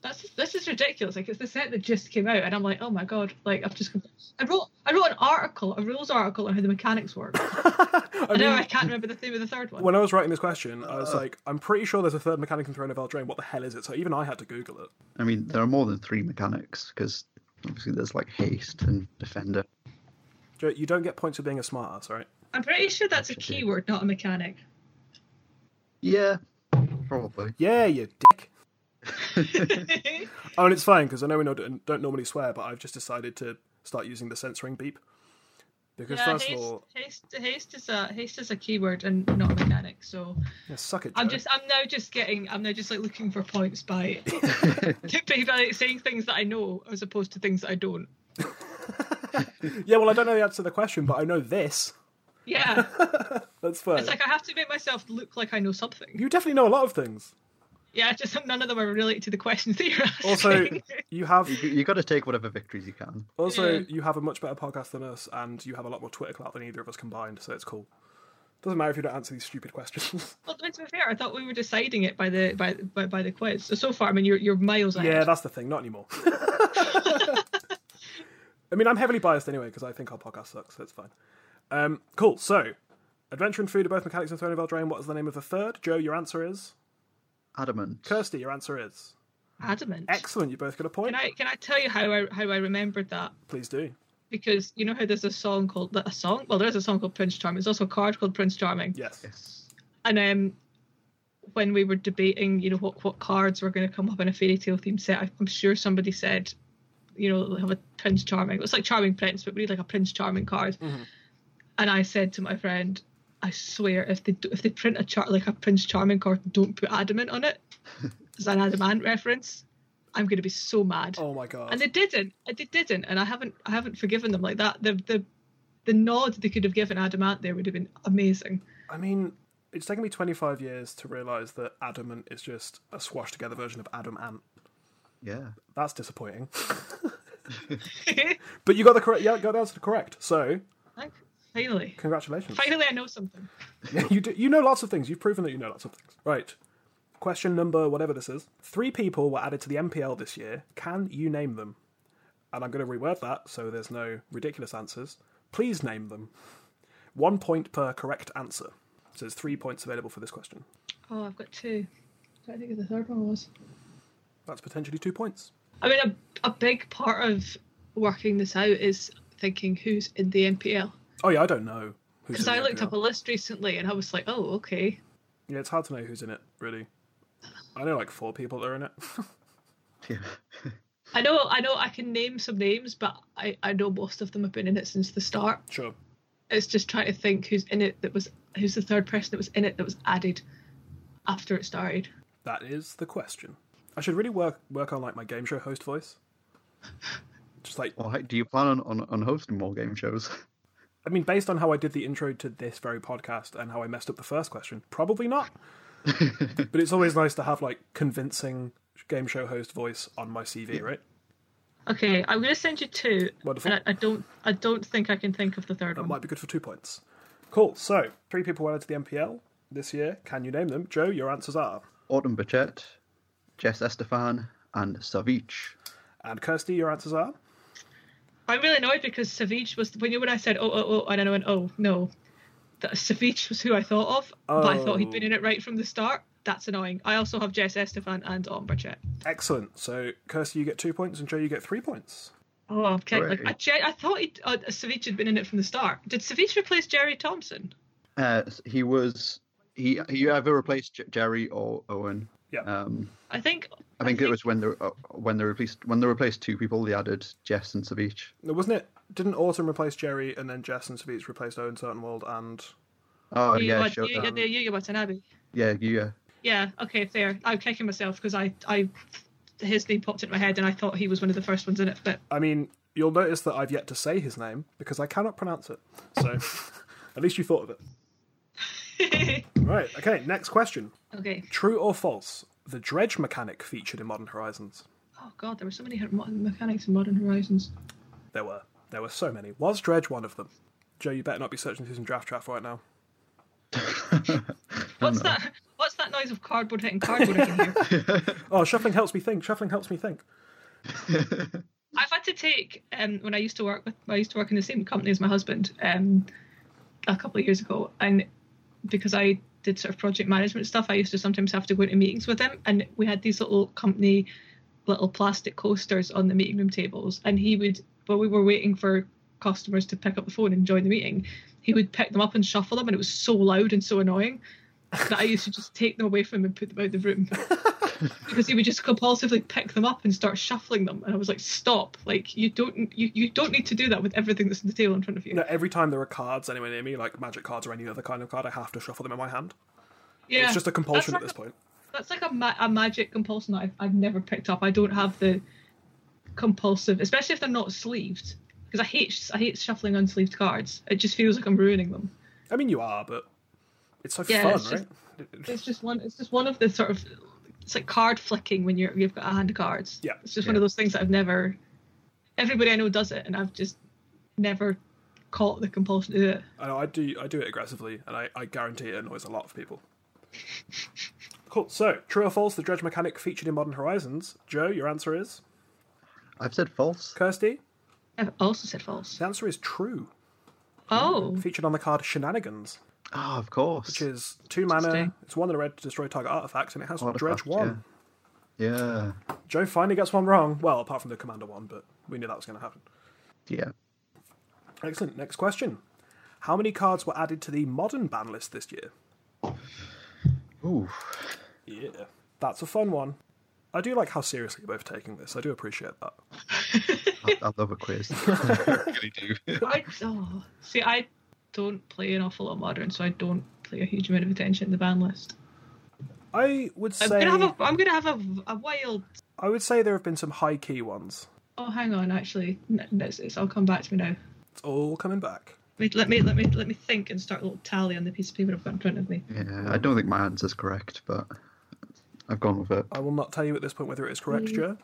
Speaker 3: That's this is ridiculous. Like it's the set that just came out, and I'm like, oh my god! Like I've just I wrote I wrote an article, a rules article on how the mechanics work. and now I can't remember the name of the third one.
Speaker 2: When I was writing this question, I was like, I'm pretty sure there's a third mechanic in Throne of Eldraine. What the hell is it? So even I had to Google it.
Speaker 1: I mean, there are more than three mechanics because obviously there's like haste and defender.
Speaker 2: Joe, You don't get points for being a smartass, all right?
Speaker 3: I'm pretty sure that's a keyword, not a mechanic.
Speaker 1: Yeah, probably.
Speaker 2: Yeah, you dick. Oh, and it's fine because I know we don't, don't normally swear, but I've just decided to start using the censoring beep because
Speaker 3: yeah,
Speaker 2: first
Speaker 3: haste,
Speaker 2: of all,
Speaker 3: haste, haste is a haste is a keyword and not a mechanic. So
Speaker 2: yeah, suck it.
Speaker 3: I'm
Speaker 2: Joe.
Speaker 3: just I'm now just getting I'm now just like looking for points by, by like, saying things that I know as opposed to things that I don't.
Speaker 2: yeah. Well, I don't know the answer to the question, but I know this.
Speaker 3: Yeah,
Speaker 2: That's fine.
Speaker 3: it's like I have to make myself look like I know something.
Speaker 2: you definitely know a lot of things.
Speaker 3: Yeah, just none of them are related to the questions that you're asking.
Speaker 2: Also, you have
Speaker 1: You, you got to take whatever victories you can.
Speaker 2: also
Speaker 3: Yeah.
Speaker 2: you have a much better podcast than us, and you have a lot more Twitter clout than either of us combined. So it's cool. Doesn't matter if you don't answer these stupid questions.
Speaker 3: well, to be fair, I thought we were deciding it by the by by, by the quiz. So so far, I mean, you're you're miles ahead.
Speaker 2: yeah, that's the thing. Not anymore. I mean, I'm heavily biased anyway because I think our podcast sucks. So it's fine. Um, cool. So, adventure and food are both mechanics in Throne of Eldraine. What is the name of the third? Joe, your answer is
Speaker 1: Adamant.
Speaker 2: Kirsty. Your answer is
Speaker 3: adamant.
Speaker 2: excellent. You both got a point.
Speaker 3: Can I can I tell you how I how I remembered that?
Speaker 2: Please do.
Speaker 3: Because you know how there's a song called a song. Well, there's a song called Prince Charming. There's also a card called Prince Charming.
Speaker 2: Yes.
Speaker 1: Yes.
Speaker 3: And um, when we were debating, you know, what what cards were going to come up in a fairy tale theme set, I, I'm sure somebody said, you know, have a Prince Charming. It's like Charming Prince, but we need like a Prince Charming card. And I said to my friend, I swear, if they do, if they print a chart like a Prince Charming card, don't put adamant on it. It's an adamant reference. I'm going to be so mad.
Speaker 2: Oh my god.
Speaker 3: And they didn't. and They didn't. And I haven't. I haven't forgiven them like that. The the the nod they could have given adamant there would have been amazing.
Speaker 2: I mean, it's taken me 25 years to realise that adamant is just a squashed together version of Adam Ant.
Speaker 1: Yeah.
Speaker 2: That's disappointing. But you got the correct. Yeah, got the answer correct. So
Speaker 3: Like, Finally.
Speaker 2: congratulations.
Speaker 3: Finally, I know something.
Speaker 2: Yeah, you do, you know lots of things. You've proven that you know lots of things. Right. Question number whatever this is. Three people were added to the MPL this year. Can you name them? And I'm going to reword that so there's no ridiculous answers. Please name them. One point per correct answer. So there's three points available for this question.
Speaker 3: Oh, I've got two. I think the third one was.
Speaker 2: That's potentially two points.
Speaker 3: I mean, a, a big part of working this out is thinking who's in the NPL.
Speaker 2: Oh yeah, I don't know. who's
Speaker 3: Because
Speaker 2: in
Speaker 3: I
Speaker 2: the
Speaker 3: looked up a
Speaker 2: NPL.
Speaker 3: list recently and I was like, oh, okay.
Speaker 2: Yeah, it's hard to know who's in it really. I know like four people that are in it.
Speaker 1: Yeah.
Speaker 3: I know, I know, I can name some names, but I, I know most of them have been in it since the start.
Speaker 2: sure.
Speaker 3: It's just trying to think who's in it that was who's the third person that was in it that was added after it started.
Speaker 2: That is the question. I should really work work on like my game show host voice. Just like
Speaker 1: Well, hey, do you plan on, on, on hosting more game shows?
Speaker 2: I mean, based on how I did the intro to this very podcast and how I messed up the first question, probably not. but it's always nice to have like convincing game show host voice on my CV, right?
Speaker 3: Okay, I'm gonna send you two.
Speaker 2: Wonderful.
Speaker 3: And I, I don't, I don't think I can think of the third
Speaker 2: That
Speaker 3: one.
Speaker 2: might be good for two points. Cool. So three people went into the MPL this year. Can you name them? Joe, your answers are.
Speaker 1: Autumn Bichette, Jess Estefan, and Savich.
Speaker 2: And Kirsty, your answers are.
Speaker 3: I'm really annoyed because Savage was when you when I said oh oh oh and then I went oh no, that Savage was who I thought of, but I thought he'd been in it right from the start. That's annoying. I also have Jess Estefan and Ombrachet.
Speaker 2: Excellent. So Kirsty, you get two points, and Joe, you get three points.
Speaker 3: Oh, I'm kidding. Like,
Speaker 1: Hooray.
Speaker 3: I, Je- I thought he'd, uh, Savage had been in it from the start. Did Savage replace Jerry Thompson?
Speaker 1: Uh, s- he was he he either replaced J- Jerry or Owen.
Speaker 2: Yeah.
Speaker 1: Um,
Speaker 3: I think.
Speaker 1: I think it was when they uh, when they replaced when they replaced two people. They added Jess and Savich.
Speaker 2: No, wasn't it? Didn't Autumn replace Jerry, and then Jess and Savitz replaced Owen Certain and
Speaker 1: Oh
Speaker 3: you,
Speaker 1: yeah,
Speaker 3: had-
Speaker 1: sure.
Speaker 3: you,
Speaker 1: yeah,
Speaker 3: had the Yuya Watanabe.
Speaker 1: yeah, yeah.
Speaker 3: Yeah. Okay. Fair. I'm kicking myself because I I his name popped into my head and I thought he was one of the first ones in it, but
Speaker 2: I mean, you'll notice that I've yet to say his name because I cannot pronounce it. So, at least you thought of it. Right, okay, next question.
Speaker 3: okay.
Speaker 2: True or false? The dredge mechanic featured in Modern Horizons.
Speaker 3: Oh God, there were so many hit- mo- mechanics in Modern Horizons.
Speaker 2: There were. There were so many. Was dredge one of them? Joe, you better not be searching through some draft trap right now.
Speaker 3: What's that? What's that noise of cardboard hitting cardboard I can hear?
Speaker 2: Oh, shuffling helps me think. Shuffling helps me think.
Speaker 3: I've had to take um, when I used to work with I used to work in the same company as my husband um, a couple of years ago, and because I did sort of project management stuff, I used to sometimes have to go into meetings with him, and we had these little company little plastic coasters on the meeting room tables, and he would while we were waiting for customers to pick up the phone and join the meeting, he would pick them up and shuffle them, and it was so loud and so annoying that I used to just take them away from him and put them out of the room because he would just compulsively pick them up and start shuffling them, and I was like, "Stop! Like you don't you, you don't need to do that with everything that's on the table in front of you."
Speaker 2: You know, every time there are cards anywhere near me, like magic cards or any other kind of card, I have to shuffle them in my hand.
Speaker 3: yeah,
Speaker 2: It's just a compulsion at
Speaker 3: That's like
Speaker 2: this
Speaker 3: a-
Speaker 2: point.
Speaker 3: That's like a, ma- a magic compulsion that I've, I've never picked up. I don't have the compulsive, especially if they're not sleeved, because I hate I hate shuffling unsleeved cards. It just feels like I'm ruining them.
Speaker 2: I mean, you are, but it's so
Speaker 3: Yeah,
Speaker 2: fun,
Speaker 3: it's just-
Speaker 2: right?
Speaker 3: It's just one. It's just one of the sort of it's like card flicking when you're you've got a hand of cards.
Speaker 2: Yeah,
Speaker 3: it's just one of those things that I've never. Everybody I know does it, and I've just never caught the compulsion to do it.
Speaker 2: I know I do I do it aggressively, and I, I guarantee it annoys a lot of people. cool. So, true or false? The dredge mechanic featured in Modern Horizons. Joe, your answer is
Speaker 1: I've said false.
Speaker 2: Kirsty.
Speaker 3: I've also said false.
Speaker 2: The answer is true.
Speaker 3: Oh,
Speaker 2: Featured on the card Shenanigans,
Speaker 1: Oh, of course.
Speaker 2: which is two mana.
Speaker 3: Interesting.
Speaker 2: It's one in red to destroy target artifacts, and it has dredge
Speaker 1: Artifact,
Speaker 2: one.
Speaker 1: Yeah.
Speaker 2: Joe finally gets one wrong. Well, apart from the commander one, but we knew that was going to happen.
Speaker 1: Yeah. yeah.
Speaker 2: Excellent. Next question. How many cards were added to the modern ban list this year?
Speaker 1: Ooh.
Speaker 2: Yeah. That's a fun one. I do like how seriously you're both taking this. I do appreciate that.
Speaker 1: I, I love a quiz. I really do.
Speaker 3: I oh. see. I don't play an awful lot of modern, so I don't pay a huge amount of attention to the ban list.
Speaker 2: I would
Speaker 3: I'm
Speaker 2: say
Speaker 3: gonna have a. I'm gonna have a, a wild.
Speaker 2: I would say there have been some high key ones.
Speaker 3: Oh, hang on. Actually, no, no, it's, it's all come back to me now.
Speaker 2: It's all coming back.
Speaker 3: Wait, let me let me let me think and start a little tally on the piece of paper I've got in front of me.
Speaker 1: Yeah, I don't think my answer's correct, but I've gone with it.
Speaker 3: Mm.
Speaker 2: I will not tell you at this point whether it is correct, Joe.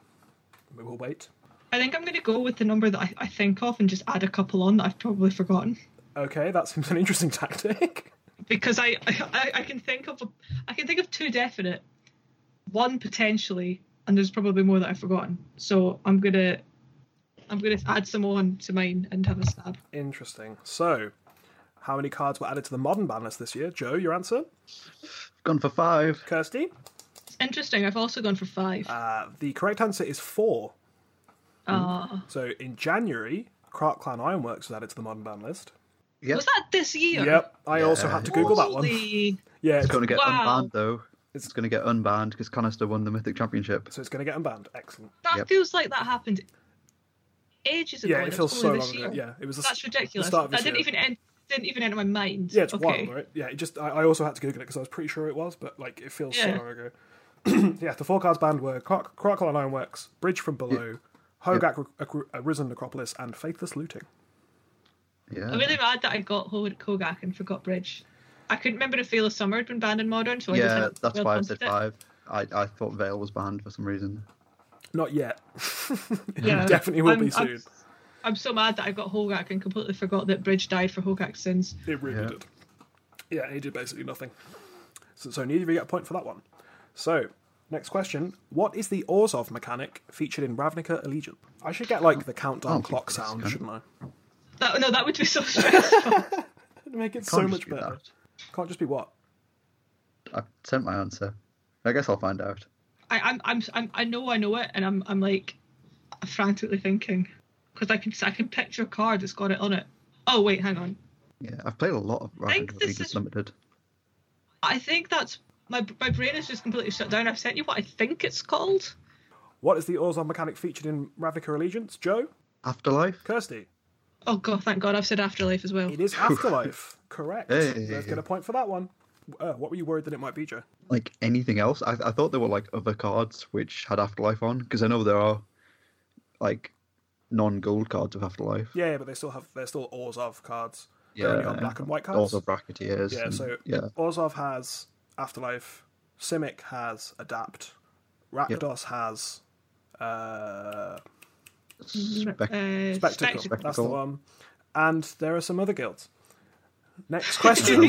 Speaker 2: we will wait.
Speaker 3: I think I'm going to go with the number that I, I think of and just add a couple on that I've probably forgotten
Speaker 2: Okay, that seems an interesting tactic.
Speaker 3: because I I, I can think of a, I can think of two definite, one potentially, and there's probably more that I've forgotten. So I'm gonna I'm gonna add some on to mine and have a stab.
Speaker 2: interesting. So, how many cards were added to the modern ban list this year? Joe, your answer?
Speaker 1: Gone for five.
Speaker 2: Kirsty?
Speaker 3: Interesting. I've also gone for five.
Speaker 2: Uh, the correct answer is four.
Speaker 3: Ah,
Speaker 2: So, in January, Clark Clan Ironworks was added to the modern ban list.
Speaker 1: Yep.
Speaker 3: was that this year?
Speaker 2: Yep, I also
Speaker 1: Yeah.
Speaker 2: had to Google that one.
Speaker 3: Holy-
Speaker 2: Yeah,
Speaker 1: It's going to get
Speaker 3: Wow.
Speaker 1: unbanned though. It's going to get unbanned because Canister won the Mythic Championship.
Speaker 2: so it's going to get unbanned. Excellent.
Speaker 3: That
Speaker 1: Yep.
Speaker 3: feels like that happened ages ago.
Speaker 2: Yeah,
Speaker 3: and
Speaker 2: it feels
Speaker 3: was
Speaker 2: so
Speaker 3: only
Speaker 2: long
Speaker 3: this
Speaker 2: ago.
Speaker 3: year.
Speaker 2: Yeah, it was the,
Speaker 3: That's ridiculous.
Speaker 2: The start of
Speaker 3: that
Speaker 2: this
Speaker 3: didn't
Speaker 2: year.
Speaker 3: even end, didn't even enter my mind.
Speaker 2: Yeah, it's
Speaker 3: okay.
Speaker 2: wild, right? Yeah, it just I, I also had to Google it because I was pretty sure it was, but like it feels so
Speaker 3: Yeah.
Speaker 2: long ago. yeah, the four cards banned were Croc Crocodile Ironworks, Bridge from Below, Hogak Ac- Arisen Necropolis, and Faithless Looting.
Speaker 1: Yeah.
Speaker 3: I'm really mad that I got Ho- Kogak and forgot Bridge. I couldn't remember if Veil of Summer had been banned in Modern, so I just
Speaker 1: yeah,
Speaker 3: had
Speaker 1: that's
Speaker 3: well
Speaker 1: why I said
Speaker 3: concept.
Speaker 1: five. I, I thought Vale was banned for some reason.
Speaker 2: Not yet.
Speaker 3: Yeah.
Speaker 2: Definitely will be
Speaker 3: I'm,
Speaker 2: soon.
Speaker 3: I'm so mad that I got Hogak and completely forgot that Bridge died for Hogak's sins.
Speaker 2: It really
Speaker 1: Yeah.
Speaker 2: did. Yeah, he did basically nothing. So, so neither of you get a point for that one. So, next question. What is the Orzov mechanic featured in Ravnica Allegiant? I should get like the countdown
Speaker 1: think
Speaker 2: clock
Speaker 1: it's
Speaker 2: sound,
Speaker 1: gonna-
Speaker 2: shouldn't I?
Speaker 3: That, no, that would be so stressful.
Speaker 2: It'd make it
Speaker 1: Can't
Speaker 2: so
Speaker 1: just
Speaker 2: much
Speaker 1: be
Speaker 2: better. Can't just be what?
Speaker 1: that. I've sent my answer. I guess I'll find out.
Speaker 3: I, I'm, I'm, I'm, I know I know it, and I'm, I'm like frantically thinking because I can, I can picture a card that's got it on it. Oh wait, hang on.
Speaker 1: Yeah, I've played a lot of
Speaker 3: think
Speaker 1: Ravnica
Speaker 3: this
Speaker 1: League
Speaker 3: is-
Speaker 1: Limited.
Speaker 3: I think that's my, my brain is just completely shut down. I've sent you what I think it's called.
Speaker 2: What is the Orzon mechanic featured in Ravnica Allegiance? Joe?
Speaker 1: Afterlife?
Speaker 2: Kirsty?
Speaker 3: Oh god, thank God, I've said Afterlife as well.
Speaker 2: It is Afterlife. Correct.
Speaker 1: Hey.
Speaker 2: Let's get a point for that one. Uh, what were you worried that it might be, Joe?
Speaker 1: Like anything else? I, I thought there were like other cards which had Afterlife on because I know there are like non gold cards of Afterlife.
Speaker 2: Yeah, but they still have they're still Orzov cards. They're only on
Speaker 1: Yeah.
Speaker 2: black and white cards.
Speaker 1: Also Bracketeers.
Speaker 2: yeah,
Speaker 1: and-
Speaker 2: so
Speaker 1: yeah.
Speaker 2: Orzov has Afterlife, Simic has Adapt, Rakdos has uh,
Speaker 1: Spec-
Speaker 2: Spectacle.
Speaker 3: Uh, Spectacle.
Speaker 2: That's the
Speaker 1: Spectacle.
Speaker 2: one. And there are some other guilds. Next question.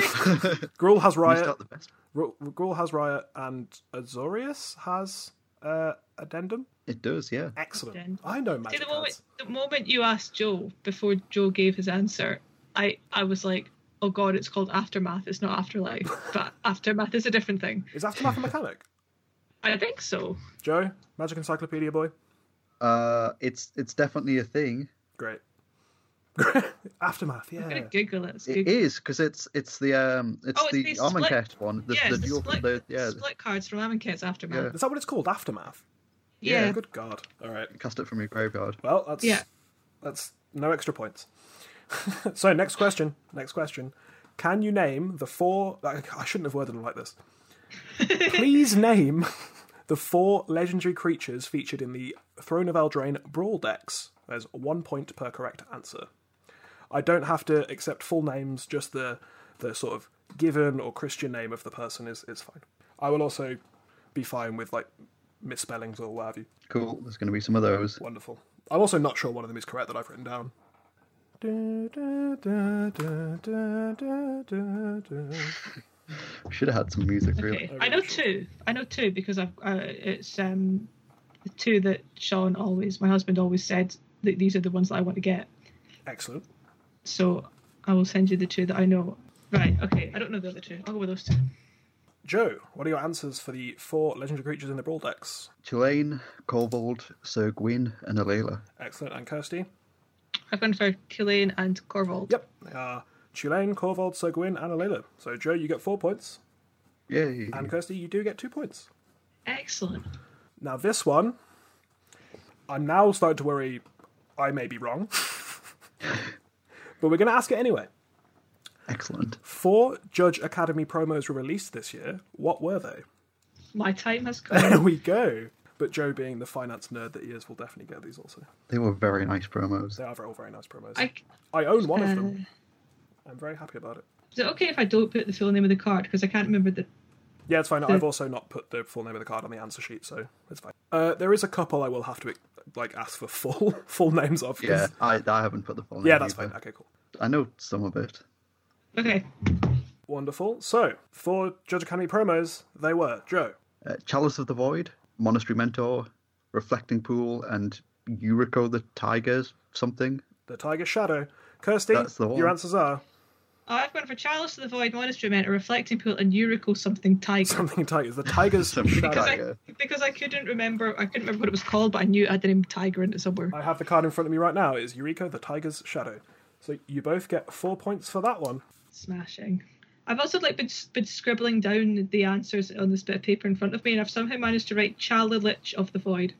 Speaker 2: Gruul has
Speaker 1: You
Speaker 2: Riot.
Speaker 1: start the best.
Speaker 2: Ru- Gruul has Riot and Azorius has uh, Addendum.
Speaker 1: It does, yeah.
Speaker 2: Excellent.
Speaker 3: Addendum.
Speaker 2: I know
Speaker 3: See,
Speaker 2: magic
Speaker 3: the moment
Speaker 2: cards.
Speaker 3: the moment you asked Joe before Joe gave his answer, I I was like, oh god, it's called aftermath. It's not afterlife, but aftermath is a different thing.
Speaker 2: Is Aftermath a mechanic?
Speaker 3: I think so.
Speaker 2: Joe, Magic Encyclopedia boy.
Speaker 1: Uh, it's it's definitely a thing.
Speaker 2: Great. Aftermath,
Speaker 3: I'm gonna
Speaker 2: yeah.
Speaker 3: Google it. It's
Speaker 1: It
Speaker 3: Goog-
Speaker 1: is because it's it's the um it's
Speaker 3: Oh, it's
Speaker 1: the
Speaker 3: the
Speaker 1: Armanket one. The,
Speaker 3: yeah,
Speaker 1: the
Speaker 3: it's the
Speaker 1: dual,
Speaker 3: split,
Speaker 1: the, yeah,
Speaker 3: split cards from Amonkhet's aftermath.
Speaker 2: Is that what it's called? Aftermath?
Speaker 3: Yeah.
Speaker 2: Good God. All right.
Speaker 1: cast it from your graveyard.
Speaker 2: Well, that's
Speaker 3: Yeah.
Speaker 2: that's no extra points. so next question. Next question. Can you name the four? I I shouldn't have worded them like this. Please name the four legendary creatures featured in the Throne of Eldraine brawl decks. There's one point per correct answer. I don't have to accept full names, just the the sort of given or Christian name of the person is is fine. I will also be fine with like misspellings or what have you.
Speaker 1: Cool. There's going to be some of those.
Speaker 2: Wonderful. I'm also not sure one of them is correct that I've written down.
Speaker 1: Should have had some music. Really.
Speaker 3: Okay. I know two. I know two because I've uh, it's um the two that Sean always, my husband always said that these are the ones that I want to get.
Speaker 2: Excellent.
Speaker 3: So I will send you the two that I know. Right. Okay. I don't know the other two. I'll go with those two.
Speaker 2: Joe, what are your answers for the four legendary creatures in the Brawl decks?
Speaker 1: Tulane, Corvold, Sir Gwyn, and Alayla.
Speaker 2: Excellent. And Kirsty?
Speaker 3: I've gone for Tulane and Corvold.
Speaker 2: Yep. They are Tulane, Corvold, Sir Gwyn, and Alayla. So, Joe, you get four points.
Speaker 1: Yay!
Speaker 2: And Kirsty, you do get two points.
Speaker 3: Excellent.
Speaker 2: Now, this one, I'm now starting to worry I may be wrong. but we're going to ask it anyway.
Speaker 1: Excellent.
Speaker 2: Four Judge Academy promos were released this year. What were they?
Speaker 3: My time has
Speaker 2: There
Speaker 3: come.
Speaker 2: we go. But Joe, being the finance nerd that he is, will definitely get these also.
Speaker 1: They were very nice promos.
Speaker 2: They are all very nice promos.
Speaker 3: I,
Speaker 2: I, own one
Speaker 3: uh,
Speaker 2: of them. I'm very happy about it.
Speaker 3: is it okay if I don't put the full name of the card because I can't remember the?
Speaker 2: Yeah, it's fine. I've also not put the full name of the card on the answer sheet, so it's fine. Uh, there is a couple I will have to like ask for full full names of. 'cause-
Speaker 1: Yeah, I, I haven't put the full name.
Speaker 2: yeah, that's
Speaker 1: either.
Speaker 2: fine. Okay, cool.
Speaker 1: I know some of it.
Speaker 3: Okay.
Speaker 2: Wonderful. So for Judge Academy promos, they were Joe.
Speaker 1: Uh, Chalice of the Void, Monastery Mentor, Reflecting Pool, and Yuriko the Tigers something.
Speaker 2: the Tiger Shadow. Kirsty,
Speaker 1: That's the one.
Speaker 2: your answers are
Speaker 3: I've gone for Chalice of the Void, Monastery Mentor, Reflecting Pool, and Eurico something Tiger.
Speaker 2: something Tigers. The Tiger's
Speaker 1: Something
Speaker 2: Shadow.
Speaker 3: Because I,
Speaker 1: Tiger.
Speaker 3: because I couldn't remember, I couldn't remember what it was called, but I knew I had the name Tiger in it somewhere.
Speaker 2: I have the card in front of me right now. It is Eureka, the Tiger's Shadow. So you both get four points for that one.
Speaker 3: Smashing. I've also like been, been scribbling down the answers on this bit of paper in front of me, and I've somehow managed to write Charlie Lich of the Void.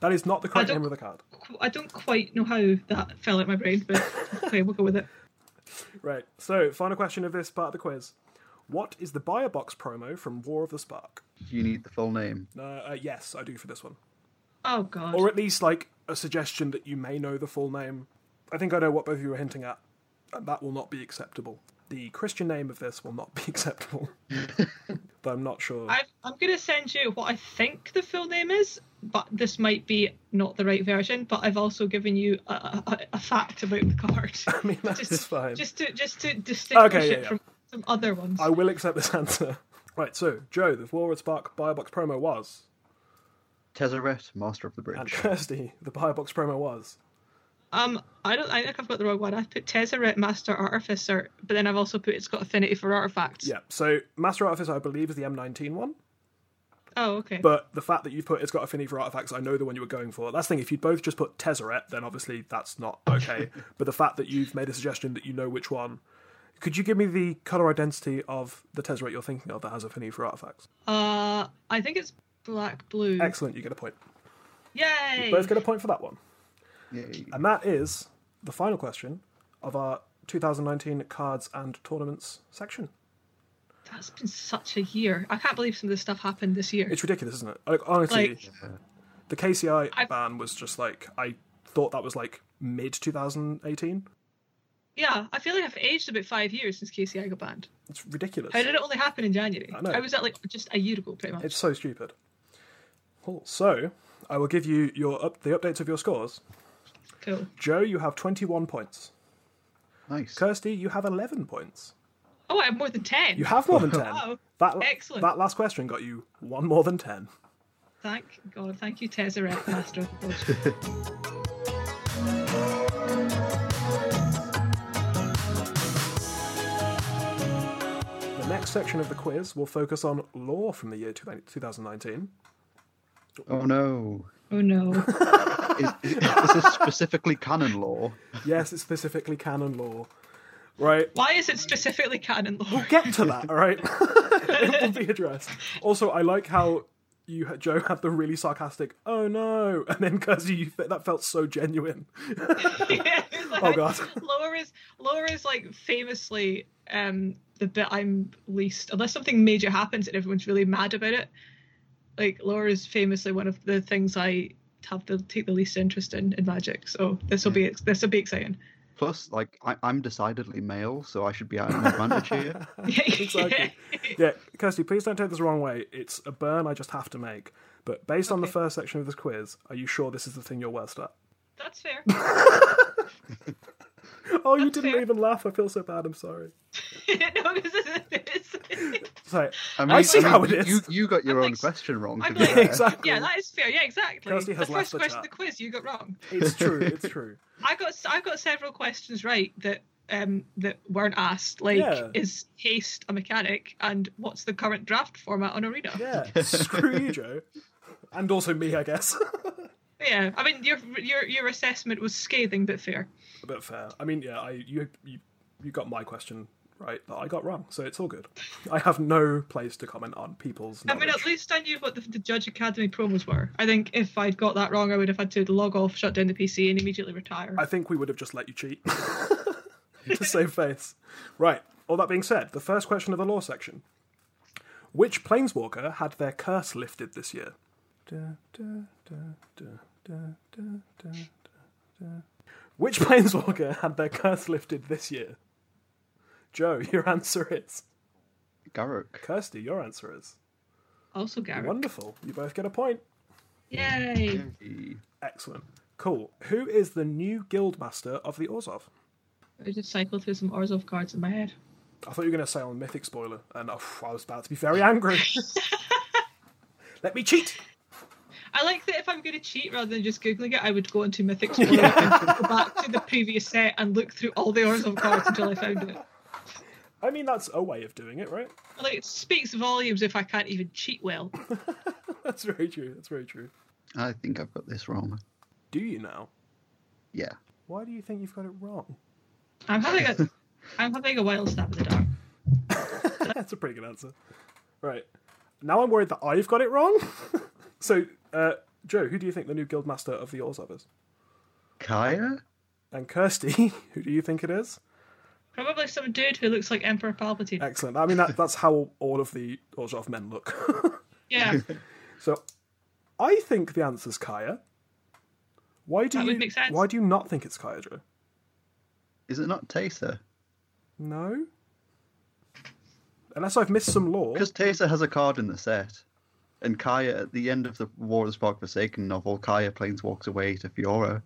Speaker 2: That is not the correct
Speaker 3: I
Speaker 2: name
Speaker 3: don't-
Speaker 2: of the card.
Speaker 3: Qu- I don't quite know how that fell out my brain, but okay, we'll go with it.
Speaker 2: Right. So final question of this part of the quiz: What is the buyer box promo from War of the Spark?
Speaker 1: You need the full name.
Speaker 2: Uh, uh, yes, I do for this one,
Speaker 3: Oh god.
Speaker 2: or at least like a suggestion that you may know the full name. I think I know what both of you are hinting at, and that will not be acceptable. The Christian name of this will not be acceptable. but I'm not sure.
Speaker 3: I, I'm going to send you what I think the full name is, but this might be not the right version. But I've also given you a, a, a- a fact about the card,
Speaker 2: I mean, that's
Speaker 3: just,
Speaker 2: fine.
Speaker 3: just to just to distinguish
Speaker 2: Okay, yeah,
Speaker 3: it
Speaker 2: yeah.
Speaker 3: from some other ones.
Speaker 2: I will accept this answer. Right, so, Joe, the Forward Spark Biobox promo was,
Speaker 1: Tezzeret, Master of the
Speaker 2: and
Speaker 1: Bridge.
Speaker 2: Kirsty, the Biobox promo was.
Speaker 3: Um, I don't. I think I've got the wrong one. I put Tezzeret Master Artificer, but then I've also put it's got affinity for artifacts.
Speaker 2: Yeah, so Master Artificer, I believe, is the M19 one,
Speaker 3: Oh, okay.
Speaker 2: but the fact that you've put it's got affinity for artifacts, I know the one you were going for. That's the thing, if you'd both just put Tezzeret, then obviously that's not okay. but the fact that you've made a suggestion that you know which one. Could you give me the colour identity of the Tezzeret you're thinking of that has affinity for artifacts?
Speaker 3: uh, I think it's black blue.
Speaker 2: Excellent, you get a point.
Speaker 3: Yay!
Speaker 2: Both get a point for that one.
Speaker 1: Yay.
Speaker 2: And that is the final question of our 2019 cards and tournaments section.
Speaker 3: That's been such a year. I can't believe some of this stuff happened this year.
Speaker 2: It's ridiculous, isn't it? Like, honestly,
Speaker 3: Like-
Speaker 2: the KCI
Speaker 3: I-
Speaker 2: ban was just like, I thought that was like mid 2018.
Speaker 3: Yeah, I feel like I've aged about five years since KCI got banned.
Speaker 2: It's ridiculous.
Speaker 3: How did it only happen in January?
Speaker 2: I know.
Speaker 3: was at like just a year ago, pretty much.
Speaker 2: It's so stupid. Cool. So, I will give you your up- the updates of your scores.
Speaker 3: Cool.
Speaker 2: Joe, you have 21 points.
Speaker 1: Nice.
Speaker 2: Kirsty, you have 11 points.
Speaker 3: Oh, I have more than ten.
Speaker 2: You have more than 10.
Speaker 3: Wow.
Speaker 2: That,
Speaker 3: Excellent.
Speaker 2: That last question got you one more than 10.
Speaker 3: Thank God. Thank you, Tezzeret, Master of the Forge.
Speaker 2: The next section of the quiz will focus on law from the year 2000- 2019.
Speaker 1: Oh no.
Speaker 3: Oh no.
Speaker 1: Is, is, is this specifically canon law?
Speaker 2: Yes, it's specifically canon law. Right.
Speaker 3: Why is it specifically canon law?
Speaker 2: Get to that, all right? it will be addressed. Also, I like how you, Joe, had the really sarcastic, oh no, and then Kirsty, you fe- that felt so genuine.
Speaker 3: oh
Speaker 2: God.
Speaker 3: Lower is lower is like famously um the bit I'm least unless something major happens and everyone's really mad about it. Like lower is famously one of the things I have to take the least interest in in magic. So this will be this will be exciting.
Speaker 1: Plus, like, I, I'm decidedly male, so I should be at an advantage here.
Speaker 2: Exactly. Yeah, Kirsty, please don't take this the wrong way. It's a burn I just have to make. But based on the
Speaker 3: Okay.
Speaker 2: first section of this quiz, are you sure this is the thing you're worst at?
Speaker 3: That's fair.
Speaker 2: Oh, you
Speaker 3: That's
Speaker 2: didn't
Speaker 3: fair.
Speaker 2: even laugh. I feel so bad. I'm sorry.
Speaker 3: no, this is- this-
Speaker 2: Sorry.
Speaker 1: I, mean,
Speaker 2: see how it
Speaker 1: you,
Speaker 2: is.
Speaker 1: You, you got your
Speaker 3: I'm
Speaker 1: own
Speaker 3: like-
Speaker 1: question wrong. To
Speaker 3: I'm
Speaker 1: be
Speaker 3: like-
Speaker 1: fair.
Speaker 2: exactly.
Speaker 3: yeah, that is fair. Yeah, exactly.
Speaker 2: Kirsty has
Speaker 3: the
Speaker 2: left
Speaker 3: first
Speaker 2: the
Speaker 3: question
Speaker 2: chat.
Speaker 3: of the quiz you got wrong.
Speaker 2: It's true. It's true.
Speaker 3: I got I got several questions right that um that weren't asked. Like,
Speaker 2: Yeah.
Speaker 3: is haste a mechanic, and what's the current draft format on Arena?
Speaker 2: Yeah. Screw you, Joe. And also me, I guess.
Speaker 3: Yeah, I mean your your your assessment was scathing but fair.
Speaker 2: a bit fair. I mean, yeah, I you you, you got my question right that I got wrong, so it's all good. I have no place to comment on people's.
Speaker 3: I mean,
Speaker 2: knowledge.
Speaker 3: at least I knew what the, the Judge Academy promos were. I think if I'd got that wrong, I would have had to log off, shut down the PC, and immediately retire.
Speaker 2: I think we would have just let you cheat to save face. Right. All that being said, the first question of the law section: Which planeswalker had their curse lifted this year? Da, da, da, da, da, da, da, da. Which planeswalker had their curse lifted this year? Joe, your answer is.
Speaker 1: Garruk.
Speaker 2: Kirsty, your answer is.
Speaker 3: also, Garrett.
Speaker 2: Wonderful. You both get a point.
Speaker 3: Yay!
Speaker 2: Excellent. Cool. Who is the new guildmaster of the Orzov?
Speaker 3: I just cycled through some Orzov cards in my head.
Speaker 2: I thought you were going to say on Mythic spoiler, and oh, I was about to be very angry. Let me cheat.
Speaker 3: I like that if I'm going to cheat rather than just googling it, I would go into Mythic Explorer and go back to the previous set and look through all the Orzhov cards until I found it.
Speaker 2: I mean, that's a way of doing it, right?
Speaker 3: Like it speaks volumes if I can't even cheat well.
Speaker 2: That's very true. That's very true.
Speaker 1: I think I've got this wrong.
Speaker 2: Do you now?
Speaker 1: Yeah.
Speaker 2: Why do you think you've got it wrong?
Speaker 3: I'm having a, I'm having a wild stab in the dark.
Speaker 2: That's a pretty good answer. Right. Now I'm worried that I've got it wrong. so, uh, Joe, who do you think the new guildmaster of the Orzhov is?
Speaker 1: Kaya?
Speaker 2: And Kirsty, who do you think it is?
Speaker 3: Probably some dude who looks like Emperor Palpatine.
Speaker 2: Excellent. I mean, that, that's how all of the Orzhov men look.
Speaker 3: yeah,
Speaker 2: so, I think the answer's Kaya. Why do
Speaker 3: That
Speaker 2: you?
Speaker 3: would make sense.
Speaker 2: Why do you not think it's Kaya, Joe?
Speaker 1: Is it not Taser?
Speaker 2: No. Unless I've missed some law.
Speaker 1: Because Taser has a card in the set. And Kaya, at the end of the War of the Spark Forsaken novel, Kaya Plains walks away to Fiora.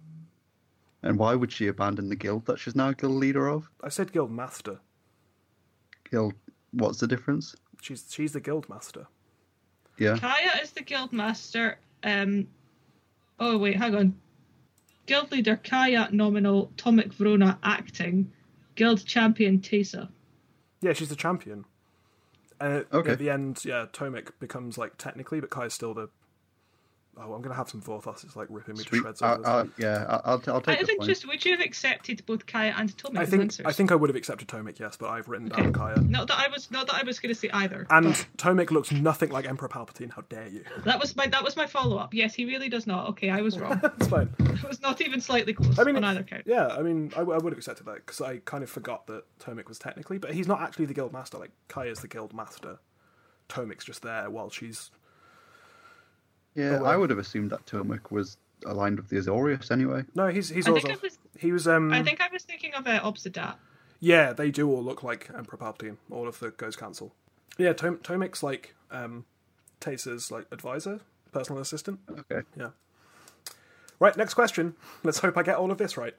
Speaker 1: And why would she abandon the guild that she's now guild leader of?
Speaker 2: I said guild master.
Speaker 1: Guild, what's the difference?
Speaker 2: She's she's the guild master.
Speaker 1: Yeah.
Speaker 3: Kaya is the guild master. Um, oh wait, hang on. Guild leader Kaya nominal Tomic Vrona acting. Guild champion Tesa.
Speaker 2: Yeah, she's the champion. And at-
Speaker 1: Okay.
Speaker 2: at the end, yeah, Tomic becomes like technically, but Kai's still the. Oh, I'm gonna have some Vorthos. It's like ripping me to
Speaker 1: Sweet.
Speaker 2: shreds.
Speaker 1: I,
Speaker 2: over this.
Speaker 1: I, uh, yeah, I- I'll, I'll
Speaker 3: Out
Speaker 1: take
Speaker 3: of
Speaker 1: the point.
Speaker 3: interest, would you have accepted both Kaya and Tomic
Speaker 2: I
Speaker 3: as
Speaker 2: think
Speaker 3: answers?
Speaker 2: I think I would have accepted Tomic, yes, but I've written down
Speaker 3: Okay.
Speaker 2: Kaya.
Speaker 3: Not that I was not that I was going to say either.
Speaker 2: And
Speaker 3: but
Speaker 2: Tomic looks nothing like Emperor Palpatine. How dare you?
Speaker 3: that was my that was my follow up. Yes, he really does not. Okay, I was wrong.
Speaker 2: It's fine.
Speaker 3: it was not even slightly close
Speaker 2: I mean,
Speaker 3: on
Speaker 2: it-
Speaker 3: either count.
Speaker 2: yeah, I mean, I, w- I would have accepted that because I kind of forgot that Tomic was technically, but he's not actually the guild master. Like Kaya's the guild master. Tomic's just there while she's
Speaker 1: Yeah,
Speaker 2: Oh, well.
Speaker 1: I would have assumed that Tomek was aligned with the Azorius anyway.
Speaker 2: no, he's he's
Speaker 3: I think I
Speaker 2: Orzhov.
Speaker 3: was-
Speaker 2: He was um.
Speaker 3: I think I was thinking of uh, Obsidat.
Speaker 2: Yeah, they do all look like Emperor Palpatine, all of the Ghost Council. Yeah, Tom- Tomic's like um, Taser's like advisor, personal assistant.
Speaker 1: Okay.
Speaker 2: Yeah. Right, next question. Let's hope I get all of this right.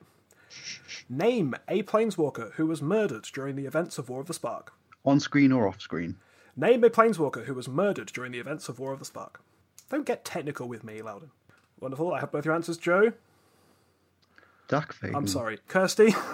Speaker 2: Name a planeswalker who was murdered during the events of War of the Spark.
Speaker 1: On screen or off screen?
Speaker 2: Name a planeswalker who was murdered during the events of War of the Spark. Don't get technical with me, Loudon. Wonderful. I have both your answers, Joe.
Speaker 1: Dark Fade.
Speaker 2: I'm sorry, Kirsty.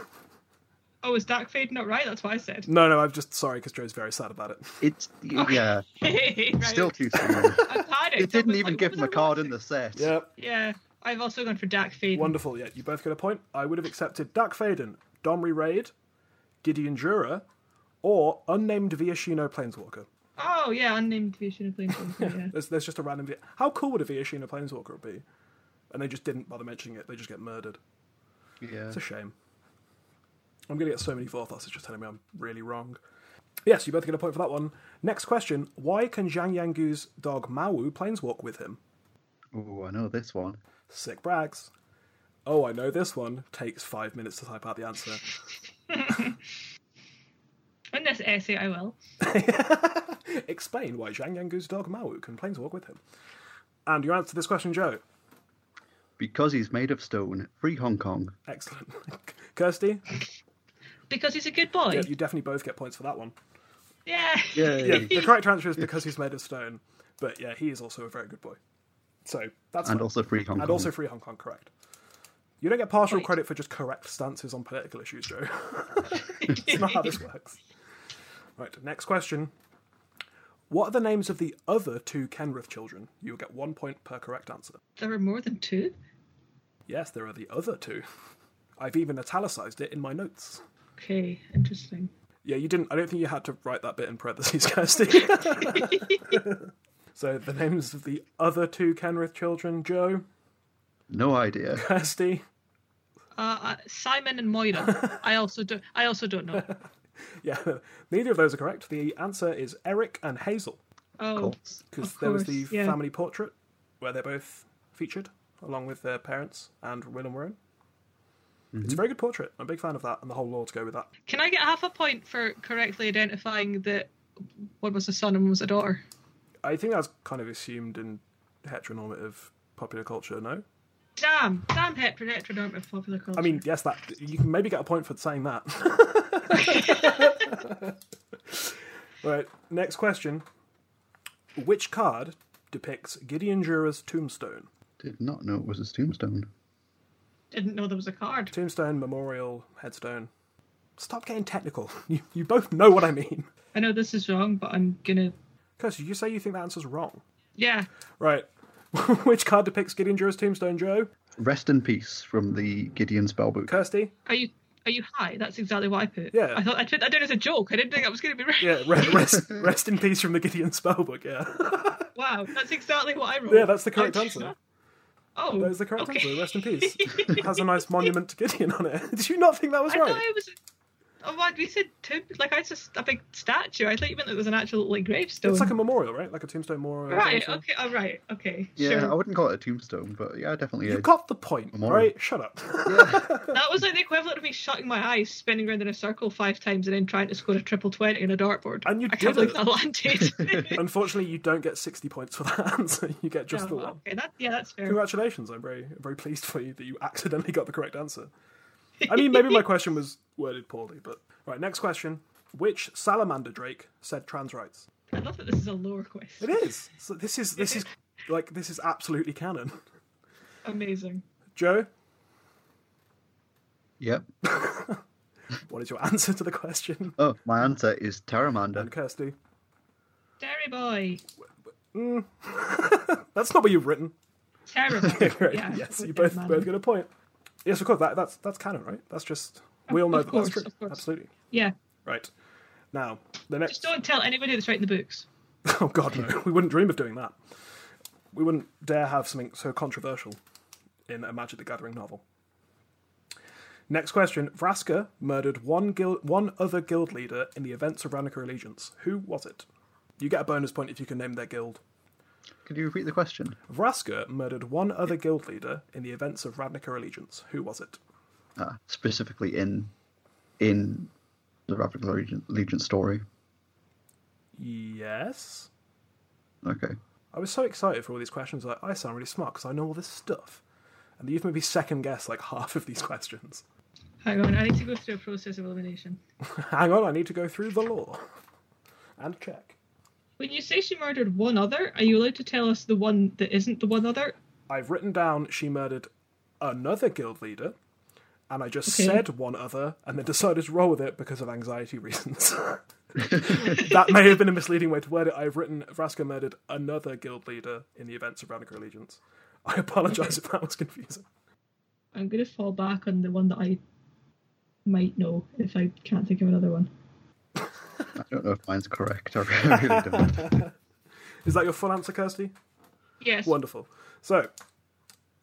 Speaker 3: Oh, is Dark Fade not right? That's what I said.
Speaker 2: no, no, I'm just sorry because Joe's very sad about it.
Speaker 1: It's yeah,
Speaker 3: right.
Speaker 1: still too soon.
Speaker 3: I panicked. I
Speaker 1: It didn't
Speaker 3: was
Speaker 1: even
Speaker 3: like,
Speaker 1: give
Speaker 3: what
Speaker 1: him a
Speaker 3: was I
Speaker 1: card in
Speaker 3: watching?
Speaker 1: the set.
Speaker 2: Yep.
Speaker 3: Yeah, I've also gone for Dark Fade.
Speaker 2: Wonderful. Yeah, you both get a point. I would have accepted Dak Faden, Domri Raid, Gideon Jura, or unnamed Viashino Planeswalker.
Speaker 3: Oh yeah, unnamed Vision of Planeswalker. yeah.
Speaker 2: There's, there's just a random. Vi- How cool would a Viashino Planeswalker be? And they just didn't bother mentioning it. They just get murdered.
Speaker 1: Yeah.
Speaker 2: It's a shame. I'm going to get so many Vorthos. It's just telling me I'm really wrong. Yes, you both get a point for that one. Next question: Why can Zhang Yangu's dog Mawu planeswalk with him?
Speaker 1: Ooh, I know this one.
Speaker 2: Sick brags. Oh, I know this one. Takes five minutes to type out the answer.
Speaker 3: In this essay, uh, I will.
Speaker 2: Explain why Zhang Yangu's dog Mawu can planeswalk with him. And your answer to this question, Joe.
Speaker 1: Because he's made of stone, free Hong Kong.
Speaker 2: Excellent. Kirsty,
Speaker 3: Because he's a good boy.
Speaker 2: yeah, you definitely both get points for that one.
Speaker 3: Yeah.
Speaker 2: Yeah, the correct answer is because he's made of stone. But yeah, he is also a very good boy. So that's
Speaker 1: And
Speaker 2: fine.
Speaker 1: also free Hong
Speaker 2: and
Speaker 1: Kong.
Speaker 2: also free Hong Kong, correct. You don't get partial
Speaker 3: Right.
Speaker 2: credit for just correct stances on political issues, Joe. It's not how this works. Right, next question. What are the names of the other two Kenrith children? You will get one point per correct answer.
Speaker 3: There were more than two.
Speaker 2: Yes, there are the other two. I've even italicised it in my notes.
Speaker 3: Okay, interesting.
Speaker 2: Yeah, you didn't. I don't think you had to write that bit in parentheses, Kirsty. so the names of the other two Kenrith children: Joe,
Speaker 1: No idea.
Speaker 2: Kirsty.
Speaker 3: Uh, uh, Simon and Moira. I also do. I also don't know.
Speaker 2: Yeah, neither of those are correct. The answer is Eric and Hazel
Speaker 3: Oh,
Speaker 2: because
Speaker 3: Of
Speaker 2: there was the
Speaker 3: course, yeah.
Speaker 2: family portrait where they're both featured along with their parents and Willem Warren. It's a very good portrait. I'm a big fan of that, and the whole lore to go with that.
Speaker 3: can I get half a point for correctly identifying that one was a son and one was a daughter?
Speaker 2: I think that's kind of assumed in heteronormative popular culture, no?
Speaker 3: Damn, damn hetero- heteronormative popular culture.
Speaker 2: I mean, yes, that you can maybe get a point for saying that. right, next question. Which card depicts Gideon Jura's tombstone?
Speaker 1: Did not know it was his tombstone.
Speaker 3: didn't know there was a card.
Speaker 2: Tombstone, memorial, headstone. Stop getting technical. You, you both know what I mean.
Speaker 3: I know this is wrong, but I'm gonna.
Speaker 2: Kirsty, you say you think that answer's wrong.
Speaker 3: Yeah,
Speaker 2: Right. Which card depicts Gideon Jura's tombstone, Joe?
Speaker 1: Rest in peace from the Gideon Spellbook.
Speaker 2: Kirsty?
Speaker 3: are you are you high? That's exactly what I put.
Speaker 2: Yeah.
Speaker 3: I thought I put that down as a joke. I didn't think I was gonna be right.
Speaker 2: Yeah, re- rest, rest in peace from the Gideon Spellbook, yeah.
Speaker 3: Wow, that's exactly what I wrote.
Speaker 2: yeah, that's the correct
Speaker 3: Ouch.
Speaker 2: answer.
Speaker 3: Oh,
Speaker 2: That is the correct
Speaker 3: okay.
Speaker 2: answer. Rest in peace. It has a nice monument to Gideon on it. Did you not think that was
Speaker 3: I
Speaker 2: right?
Speaker 3: thought it was. Oh, what we said tomb? Like I just a big statue. I thought you meant it was an actual like gravestone.
Speaker 2: It's like a memorial, right? Like a tombstone memorial.
Speaker 3: Right.
Speaker 2: tombstone.
Speaker 3: Okay. All right. Okay.
Speaker 1: Yeah,
Speaker 3: Sure.
Speaker 1: I wouldn't call it a tombstone, but yeah, definitely.
Speaker 2: You
Speaker 1: a-
Speaker 2: got the point,
Speaker 1: Memorial.
Speaker 2: right? Shut up.
Speaker 3: That was like the equivalent of me shutting my eyes, spinning around in a circle five times, and then trying to score a triple twenty on a dartboard.
Speaker 2: And you
Speaker 3: I
Speaker 2: did
Speaker 3: can't believe
Speaker 2: it.
Speaker 3: that landed.
Speaker 2: Unfortunately, you don't get 60 points for that answer. You get just the
Speaker 3: Oh,
Speaker 2: one.
Speaker 3: okay. That, yeah, that's fair.
Speaker 2: Congratulations. I'm very, very pleased for you that you accidentally got the correct answer. I mean, maybe my question was worded poorly, but. Right, next question. Which salamander drake said trans rights?
Speaker 3: I love that this is a lore quest.
Speaker 2: It is. So this is this is like this is absolutely canon.
Speaker 3: Amazing.
Speaker 2: Joe,
Speaker 1: Yep.
Speaker 2: what is your answer to the question?
Speaker 1: Oh, my answer is Terramander.
Speaker 2: And Kirsty,
Speaker 3: Dairy boy.
Speaker 2: that's not what you've written.
Speaker 3: Terrible.
Speaker 2: Right,
Speaker 3: Yeah,
Speaker 2: yes,
Speaker 3: with
Speaker 2: you both
Speaker 3: Deadman.
Speaker 2: both get a point. Yes, of course. That, that's that's canon, right? That's just we all know
Speaker 3: of
Speaker 2: that
Speaker 3: course,
Speaker 2: that's true.
Speaker 3: of course.
Speaker 2: Absolutely.
Speaker 3: Yeah.
Speaker 2: Right. Now the next.
Speaker 3: Just don't tell anybody that's writing the books.
Speaker 2: Oh God, no! We wouldn't dream of doing that. We wouldn't dare have something so controversial in a Magic the Gathering novel. Next question: Vraska murdered one guild, one other guild leader in the events of Ravnica Allegiance. Who was it? You get a bonus point if you can name their guild.
Speaker 1: Could you repeat the question?
Speaker 2: Vraska murdered one other guild leader in the events of Ravnica Allegiance. Who was it?
Speaker 1: Uh, specifically in in the Rapid Legion, Legion story.
Speaker 2: Yes.
Speaker 1: Okay.
Speaker 2: I was so excited for all these questions. Like, I sound really smart because I know all this stuff. And you've made me second guess like half of these questions.
Speaker 3: Hang on, I need to go through a process of elimination.
Speaker 2: Hang on, I need to go through the law and check.
Speaker 3: When you say she murdered one other, are you allowed to tell us the one that isn't the one other?
Speaker 2: I've written down she murdered another guild leader, and I just
Speaker 3: Okay.
Speaker 2: said one other, and then decided to roll with it because of anxiety reasons. that may have been a misleading way to word it. I've written Vraska murdered another guild leader in the events of Ravnica Allegiance. I apologise if that was confusing.
Speaker 3: I'm going to fall back on the one that I might know if I can't think of another one.
Speaker 1: I don't know if mine's correct. I really don't.
Speaker 2: Is that your full answer, Kirsty?
Speaker 3: Yes.
Speaker 2: Wonderful. So,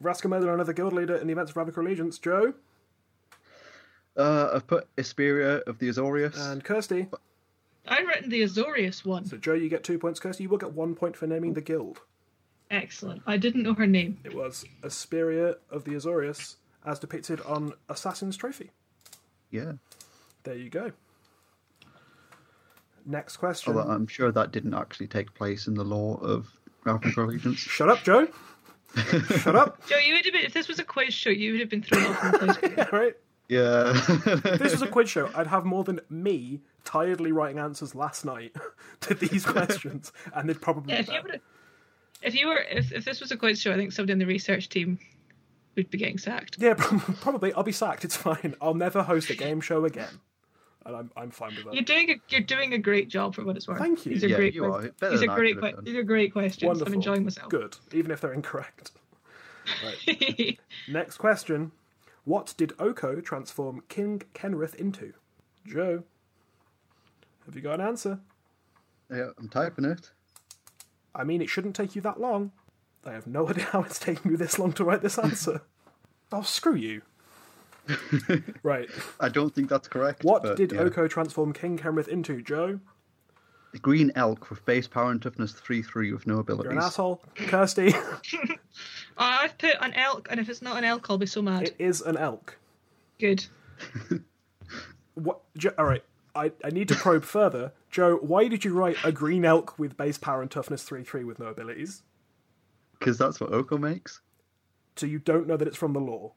Speaker 2: Vraska murdered another guild leader in the events of Ravnica Allegiance. Joe
Speaker 1: Uh, I've put Isperia of the Azorius.
Speaker 2: and Kirsty.
Speaker 3: I've written the Azorius one.
Speaker 2: So, Joe, you get two points. Kirsty, you will get one point for naming the guild.
Speaker 3: Excellent. I didn't know her name.
Speaker 2: It was Asperia of the Azorius, as depicted on Assassin's Trophy.
Speaker 1: Yeah.
Speaker 2: There you go. Next question.
Speaker 1: Although I'm sure that didn't actually take place in the law of Rapid Allegiance.
Speaker 2: Shut up, Joe. Shut up.
Speaker 3: Joe, you would have been, if this was a quiz show, you would have been thrown off on the quiz.
Speaker 2: Yeah, right.
Speaker 1: Yeah.
Speaker 2: If this was a quiz show, I'd have more than me tiredly writing answers last night to these questions, and they'd probably be
Speaker 3: Yeah, if you
Speaker 2: better.
Speaker 3: were, if you were, if, if this was a quiz show, I think somebody in the research team would be getting sacked.
Speaker 2: Yeah, prob- probably. I'll be sacked. It's fine. I'll never host a game show again, and I'm I'm fine with that.
Speaker 3: You're doing a, you're doing a great job for what it's worth.
Speaker 2: Thank you.
Speaker 3: These are
Speaker 1: Yeah,
Speaker 3: great.
Speaker 1: you
Speaker 3: questions.
Speaker 1: are. Better
Speaker 3: These
Speaker 1: than
Speaker 3: are
Speaker 1: I
Speaker 3: great.
Speaker 1: could have
Speaker 3: que-
Speaker 1: done.
Speaker 3: These are great questions.
Speaker 2: Wonderful.
Speaker 3: I'm enjoying myself.
Speaker 2: Good, even if they're incorrect.
Speaker 3: Good.
Speaker 2: Next question: What did Oko transform King Kenrith into? Joe, have you got an answer?
Speaker 1: yeah, I'm typing it.
Speaker 2: I mean, it shouldn't take you that long. I have no idea how it's taking you this long to write this answer. oh, screw you. right.
Speaker 1: I don't think that's correct.
Speaker 2: What
Speaker 1: but,
Speaker 2: did
Speaker 1: yeah.
Speaker 2: Oko transform King Kenrith into, Joe?
Speaker 1: Green elk with base power and toughness three three with no abilities.
Speaker 2: You're an asshole. Kirsty,
Speaker 3: Oh, I've put an elk, and if it's not an elk, I'll be so mad.
Speaker 2: it is an elk.
Speaker 3: Good.
Speaker 2: What? Jo- all right. I, I need to probe further. Joe, why did you write a green elk with base power and toughness 3 3 with no abilities?
Speaker 1: because that's what Oko makes.
Speaker 2: So you don't know that it's from the law.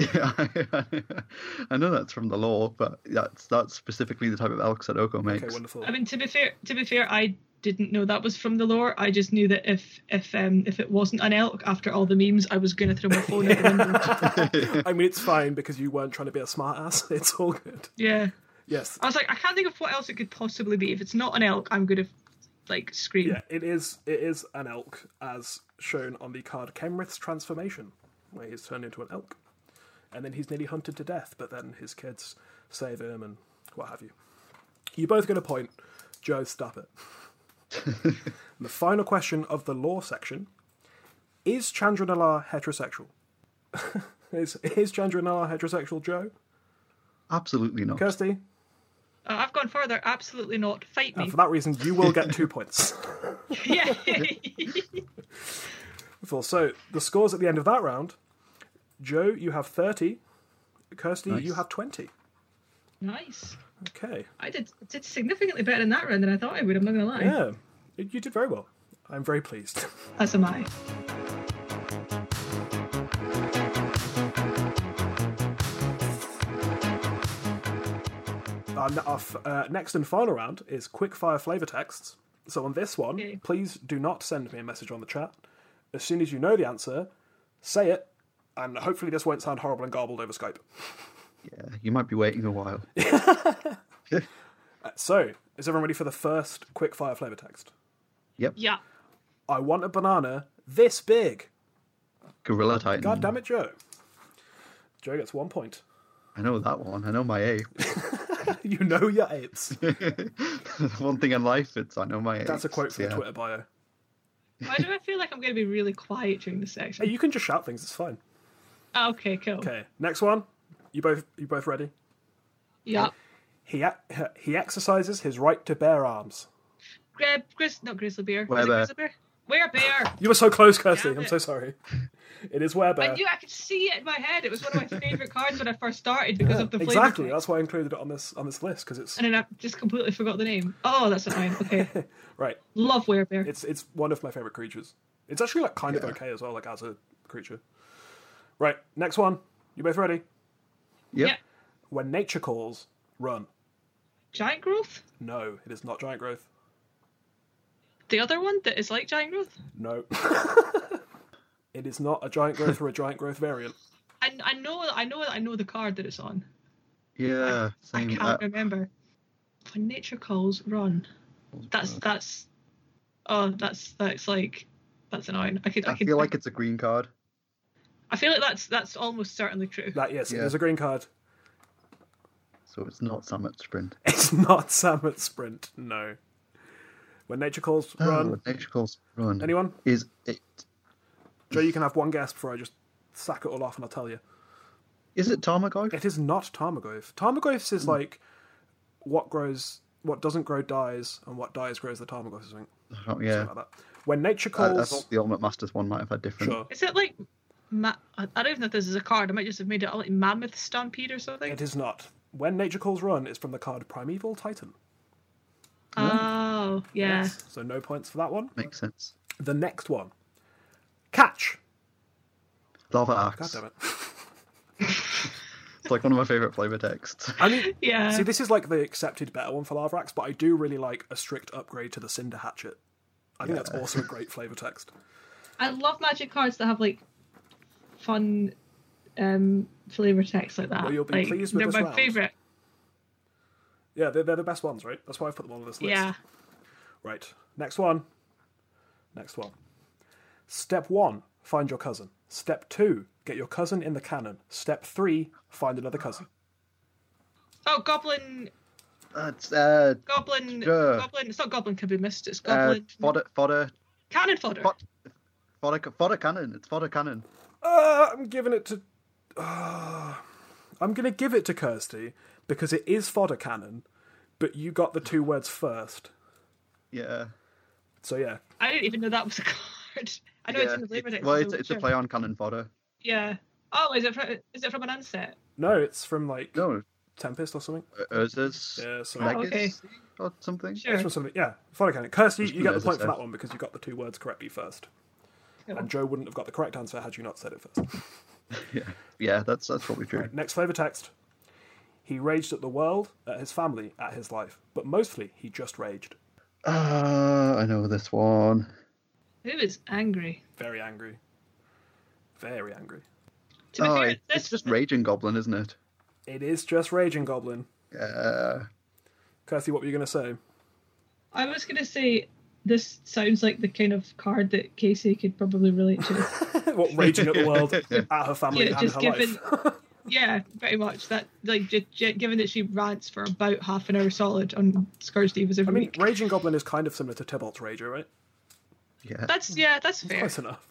Speaker 1: Yeah, I know that's from the law, but that's that's specifically the type of elk that Oko makes.
Speaker 2: Okay, wonderful.
Speaker 3: I mean, to be fair, to be fair, I didn't know that was from the lore. I just knew that if if um if it wasn't an elk, after all the memes, I was gonna throw my phone out the window.
Speaker 2: I mean, it's fine because you weren't trying to be a smartass. It's all good.
Speaker 3: Yeah,
Speaker 2: Yes.
Speaker 3: I was like, I can't think of what else it could possibly be. If it's not an elk, I'm gonna like scream.
Speaker 2: Yeah, it is. It is an elk, as shown on the card Kenrith's transformation, where he's turned into an elk, and then he's nearly hunted to death, but then his kids save him and what have you. You're both going to point. Joe, stop it. the final question of the law section is Chandranalar heterosexual? is is Chandranalar heterosexual, Joe?
Speaker 1: Absolutely not.
Speaker 2: Kirsty,
Speaker 3: Uh, I've gone further. Absolutely not. Fight
Speaker 2: and
Speaker 3: me.
Speaker 2: for that reason, you will get two points.
Speaker 3: yeah.
Speaker 2: Wonderful. So the scores at the end of that round Joe, you have 30. Kirsty,
Speaker 1: Nice.
Speaker 2: you have 20.
Speaker 3: nice.
Speaker 2: Okay.
Speaker 3: I did did significantly better in that round than I thought I would. I'm not gonna lie.
Speaker 2: Yeah, you you did very well. I'm very pleased.
Speaker 3: As am I.
Speaker 2: Our, n- our f- uh, next and final round is quickfire flavor texts. So on this one,
Speaker 3: Okay.
Speaker 2: please do not send me a message on the chat. As soon as you know the answer, say it, and hopefully this won't sound horrible and garbled over Skype.
Speaker 1: Yeah, you might be waiting a while.
Speaker 2: So, is everyone ready for the first quickfire flavor text?
Speaker 3: Yeah.
Speaker 2: I want a banana this big.
Speaker 1: Gorilla Titan.
Speaker 2: God damn it, Joe. Joe gets one point.
Speaker 1: I know that one. I know my ape.
Speaker 2: you know your apes.
Speaker 1: one thing in life, it's I know my ape.
Speaker 2: That's a quote from the Twitter bio.
Speaker 3: Why do I feel like I'm gonna be really quiet during this
Speaker 2: Hey,
Speaker 3: section?
Speaker 2: you can just shout things. It's fine.
Speaker 3: Okay. Cool.
Speaker 2: Okay, next one. You both, you both ready?
Speaker 3: Yeah.
Speaker 2: He ac- he exercises his right to bear arms.
Speaker 3: Grab gris, not grizzly bear.
Speaker 1: Were
Speaker 3: Is it
Speaker 1: bear.
Speaker 3: grizzly bear? Where bear?
Speaker 2: You were so close, Kirsty.
Speaker 3: Damn
Speaker 2: I'm
Speaker 3: it.
Speaker 2: so sorry. It is where
Speaker 3: I
Speaker 2: bear.
Speaker 3: knew I could see it in my head. It was one of my favorite cards when I first started because of the flavor.
Speaker 2: Exactly.
Speaker 3: text.
Speaker 2: That's why I included it on this on this list because it's
Speaker 3: And then I just completely forgot the name. Oh, that's annoying. Okay.
Speaker 2: right.
Speaker 3: Love werebear.
Speaker 2: It's it's one of my favorite creatures. It's actually like kind
Speaker 1: Yeah.
Speaker 2: of okay as well, like as a creature. Right. Next one. You both ready?
Speaker 1: Yep.
Speaker 3: Yeah.
Speaker 2: When nature calls, run.
Speaker 3: Giant growth?
Speaker 2: No, it is not giant growth.
Speaker 3: The other one that is like giant growth?
Speaker 2: No. it is not a giant growth or a giant growth variant.
Speaker 3: I, I know I know I know the card that it's on.
Speaker 1: Yeah,
Speaker 3: I
Speaker 1: same.
Speaker 3: can't
Speaker 1: uh,
Speaker 3: remember. When nature calls, run.
Speaker 1: uh.
Speaker 3: That's that's oh that's that's like that's annoying. I could I,
Speaker 1: I
Speaker 3: could,
Speaker 1: feel like it's a green card.
Speaker 3: I feel like that's that's almost certainly true.
Speaker 2: That yes,
Speaker 1: Yeah.
Speaker 2: it is a green card.
Speaker 1: So it's not Summit Sprint.
Speaker 2: It's not Sam at Sprint. No. When nature calls, run.
Speaker 1: Oh, nature calls run.
Speaker 2: Anyone?
Speaker 1: Is it?
Speaker 2: Joe, you can have one guess before I just sack it all off and I'll tell you.
Speaker 1: Is it Tarmogoyf?
Speaker 2: It is not Tarmogoyf. Tarmogoyf's
Speaker 1: Hmm.
Speaker 2: is like what grows, what doesn't grow dies, and what dies grows the Tarmogoyf. or Something,
Speaker 1: Oh, yeah.
Speaker 2: something like that. When nature
Speaker 1: I, I
Speaker 2: calls,
Speaker 1: thought the Ultimate Masters one might have had different.
Speaker 2: sure,
Speaker 3: Is it like ma- I I don't even know if this is a card. I might just have made it like mammoth stampede or something.
Speaker 2: it is not. When nature calls, run is from the card Primeval Titan.
Speaker 3: Oh yeah.
Speaker 2: So no points for that one.
Speaker 1: Makes sense.
Speaker 2: The next one, catch.
Speaker 1: Lava
Speaker 2: God
Speaker 1: Axe.
Speaker 2: damn Oh, it.
Speaker 1: It's like one of my favorite flavor texts.
Speaker 2: I mean,
Speaker 3: Yeah.
Speaker 2: see, this is like the accepted better one for Lavrax, but I do really like a strict upgrade to the Cinder Hatchet. I think that's also a great flavor text.
Speaker 3: I love magic cards that have like fun um flavor text like that.
Speaker 2: Well, you'll be
Speaker 3: Like,
Speaker 2: pleased with
Speaker 3: they're
Speaker 2: this
Speaker 3: my
Speaker 2: round.
Speaker 3: favorite.
Speaker 2: Yeah, they're, they're the best ones, right? That's why I've put them on this list.
Speaker 3: Yeah.
Speaker 2: Right. Next one. Next one. Step one, find your cousin. Step two, get your cousin in the cannon. Step three, find another cousin.
Speaker 3: Oh, goblin,
Speaker 1: That's uh,
Speaker 3: goblin,
Speaker 1: Sure.
Speaker 3: goblin. It's not goblin can be missed. It's
Speaker 1: uh,
Speaker 3: goblin
Speaker 1: fodder, fodder,
Speaker 3: cannon fodder.
Speaker 1: fod- fodder, fodder cannon. It's fodder cannon.
Speaker 2: Uh, I'm giving it to. Ah. I'm going to give it to Kirsty because it is fodder cannon, but you got the two words first.
Speaker 1: Yeah.
Speaker 2: So yeah,
Speaker 3: I didn't even know that was a card. I know it's
Speaker 1: yeah.
Speaker 3: in the flavor
Speaker 1: It's-
Speaker 3: text.
Speaker 1: well,
Speaker 3: so
Speaker 1: it's, it's a
Speaker 3: sure.
Speaker 1: play on cannon fodder.
Speaker 3: Yeah. Oh, is it from is it from an unset?
Speaker 2: no, it's from like
Speaker 1: No,
Speaker 2: Tempest or something.
Speaker 1: Urza's
Speaker 2: Yeah, so
Speaker 3: Oh, okay.
Speaker 1: legacy or something.
Speaker 3: Sure.
Speaker 2: It's from something. Yeah, fodder cannon. Kirsty, you
Speaker 1: from
Speaker 2: get the
Speaker 1: Urza's
Speaker 2: point for
Speaker 1: Earth.
Speaker 2: that one because you got the two words correctly first. And Joe wouldn't have got the correct answer had you not said it first.
Speaker 1: Yeah, yeah, that's that's probably true.
Speaker 2: Next flavour text. He raged at the world, at his family, at his life, but mostly he just raged.
Speaker 1: Uh, I know this one.
Speaker 3: Who is angry?
Speaker 2: Very angry. Very angry.
Speaker 3: To be
Speaker 1: oh,
Speaker 3: fair,
Speaker 1: it-
Speaker 3: this,
Speaker 1: it's just Raging Goblin, isn't it?
Speaker 2: It is just Raging Goblin.
Speaker 1: Uh,
Speaker 2: Kirsty, what were you going to say?
Speaker 4: I was gonna say this sounds like the kind of card that Casey could probably relate to.
Speaker 2: what, raging at the world, at her family,
Speaker 4: Yeah,
Speaker 2: and
Speaker 4: just
Speaker 2: her
Speaker 4: given-
Speaker 2: life?
Speaker 4: yeah, pretty much. That like ju- ju- given that she rants for about half an hour solid on Scourge Divas every
Speaker 2: I mean,
Speaker 4: week.
Speaker 2: Raging Goblin is kind of similar to Tybalt's Rager, right?
Speaker 1: yeah.
Speaker 3: that's
Speaker 2: Hmm.
Speaker 3: yeah, that's fair.
Speaker 2: Close enough.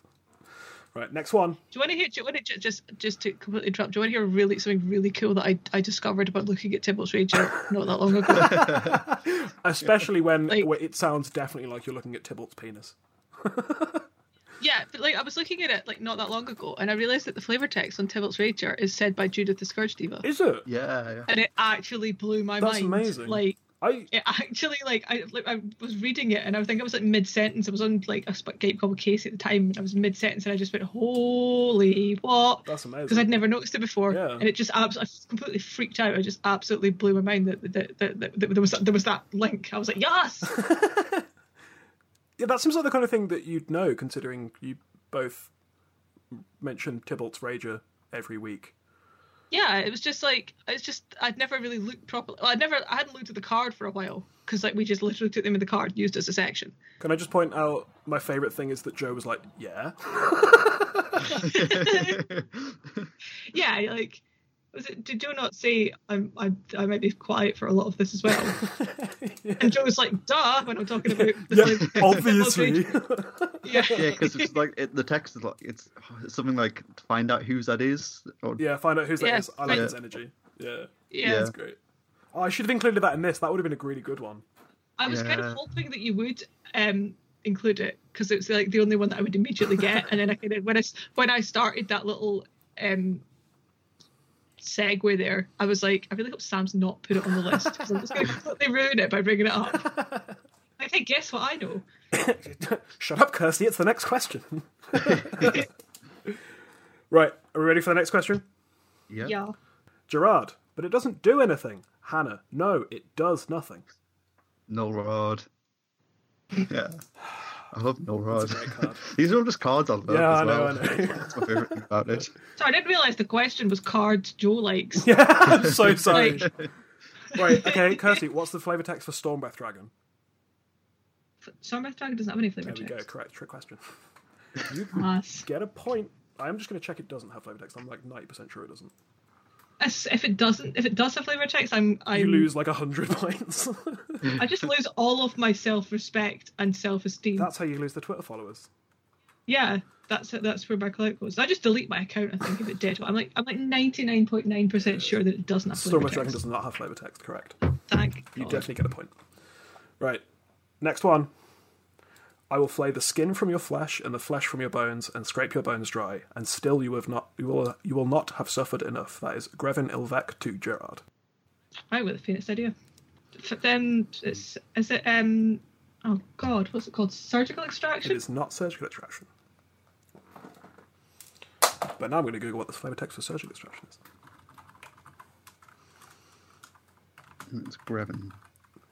Speaker 2: Right, next one.
Speaker 3: Do you want to hear? Do you want to just just to completely interrupt? Do you want to hear really something really cool that I, I discovered about looking at Tibble's Rager not that long ago?
Speaker 2: Especially when
Speaker 3: Like-
Speaker 2: when it sounds definitely like you're looking at Tybalt's penis.
Speaker 3: yeah, but like I was looking at it like not that long ago, and I realized that the flavor text on Tibble's Rager is said by Judith the Scourge Diva,
Speaker 2: Is it?
Speaker 1: Yeah, yeah.
Speaker 3: and it actually blew my
Speaker 2: That's
Speaker 3: mind.
Speaker 2: amazing.
Speaker 3: Like
Speaker 2: I
Speaker 3: it actually like I like, I was reading it and I think I was like mid sentence. I was on like a Skype call with Casey at the time. And I was mid sentence and I just went, "Holy what!"
Speaker 2: That's amazing.
Speaker 3: Because I'd never noticed it before,
Speaker 2: Yeah.
Speaker 3: and it just abs- I just completely freaked out. I just absolutely blew my mind that that, that, that, that there was there was that link. I was like, "Yes!"
Speaker 2: yeah, that seems like the kind of thing that you'd know, considering you both mention Tybalt's Rager every week.
Speaker 3: yeah, it was just like it's just I'd never really looked properly. Well, I'd never I hadn't looked at the card for a while because like we just literally took them in the card, used it as a section.
Speaker 2: Can I just point out my favourite thing is that Joe was like, "Yeah,
Speaker 3: Yeah, like was it? Did Joe not say I'm I, I might be quiet for a lot of this as well? And Joe's like, "Duh," when I'm talking about
Speaker 2: yeah,
Speaker 3: this, like,
Speaker 2: obviously."
Speaker 3: yeah,
Speaker 1: yeah, because it's like it, the text is like it's, it's something like find out whose that is. Or,
Speaker 2: yeah, find out who's that
Speaker 3: Yeah,
Speaker 2: is. I like
Speaker 1: yeah.
Speaker 2: his energy. Yeah,
Speaker 3: yeah.
Speaker 2: that's great. Oh, I should have included that in this. That would have been a really good one.
Speaker 3: I was kind
Speaker 1: Yeah.
Speaker 3: of hoping that you would um, include it because it's like the only one that I would immediately get. and then I kind of when I s- when I started that little um, segue there, I was like, I really hope Sam's not put it on the list 'cause I'm just going to completely ruin it by bringing it up. Like, hey, guess what I know?
Speaker 2: Shut up, Kirsty. It's the next question. right, are we ready for the next question?
Speaker 1: yeah.
Speaker 3: Yeah.
Speaker 2: Gerard, but it doesn't do anything. Hannah, no, it does nothing.
Speaker 1: Null Rod. Yeah. I love Null Rod.
Speaker 2: great card.
Speaker 1: These are all just cards I love.
Speaker 2: Yeah,
Speaker 1: as
Speaker 2: I know,
Speaker 1: well.
Speaker 2: I know.
Speaker 1: That's my favorite thing about it.
Speaker 3: So I didn't realize the question was cards Joe likes.
Speaker 2: Yeah, I'm so sorry.
Speaker 3: Like-
Speaker 2: Right, okay, Kirsty, what's the flavour text for Storm Breath Dragon?
Speaker 3: Stormbreath Dragon doesn't have any flavor
Speaker 2: There we go,
Speaker 3: checks.
Speaker 2: correct, trick question.
Speaker 3: Class.
Speaker 2: Get a point. I'm just going to check it doesn't have flavour text. I'm like 90% sure it doesn't.
Speaker 3: As- If it doesn't, if it does have flavor checks, I'm
Speaker 2: You
Speaker 3: I'm
Speaker 2: lose like 100 points.
Speaker 3: I just lose all of my self respect and self esteem.
Speaker 2: That's how you lose the Twitter followers.
Speaker 3: Yeah, that's it. That's where my clout goes. I just delete my account. I think if it did, I'm like I'm like ninety nine point nine percent sure that it doesn't. have
Speaker 2: Storm
Speaker 3: flavor
Speaker 2: Breath Dragon
Speaker 3: text.
Speaker 2: does not have flavour text, correct.
Speaker 3: Thank
Speaker 2: You
Speaker 3: God.
Speaker 2: definitely get a point. Right, next one. I will flay the skin from your flesh and the flesh from your bones and scrape your bones dry, and still you have not you will you will not have suffered enough. That is Grevin Ilvec to Gerard.
Speaker 3: Right with the Phoenix idea. F- Then it's is it um oh God what's it called surgical
Speaker 2: It
Speaker 3: extraction?
Speaker 2: is not surgical extraction. But now I'm going to Google what the flavour text for surgical extraction is.
Speaker 1: It's Grevin.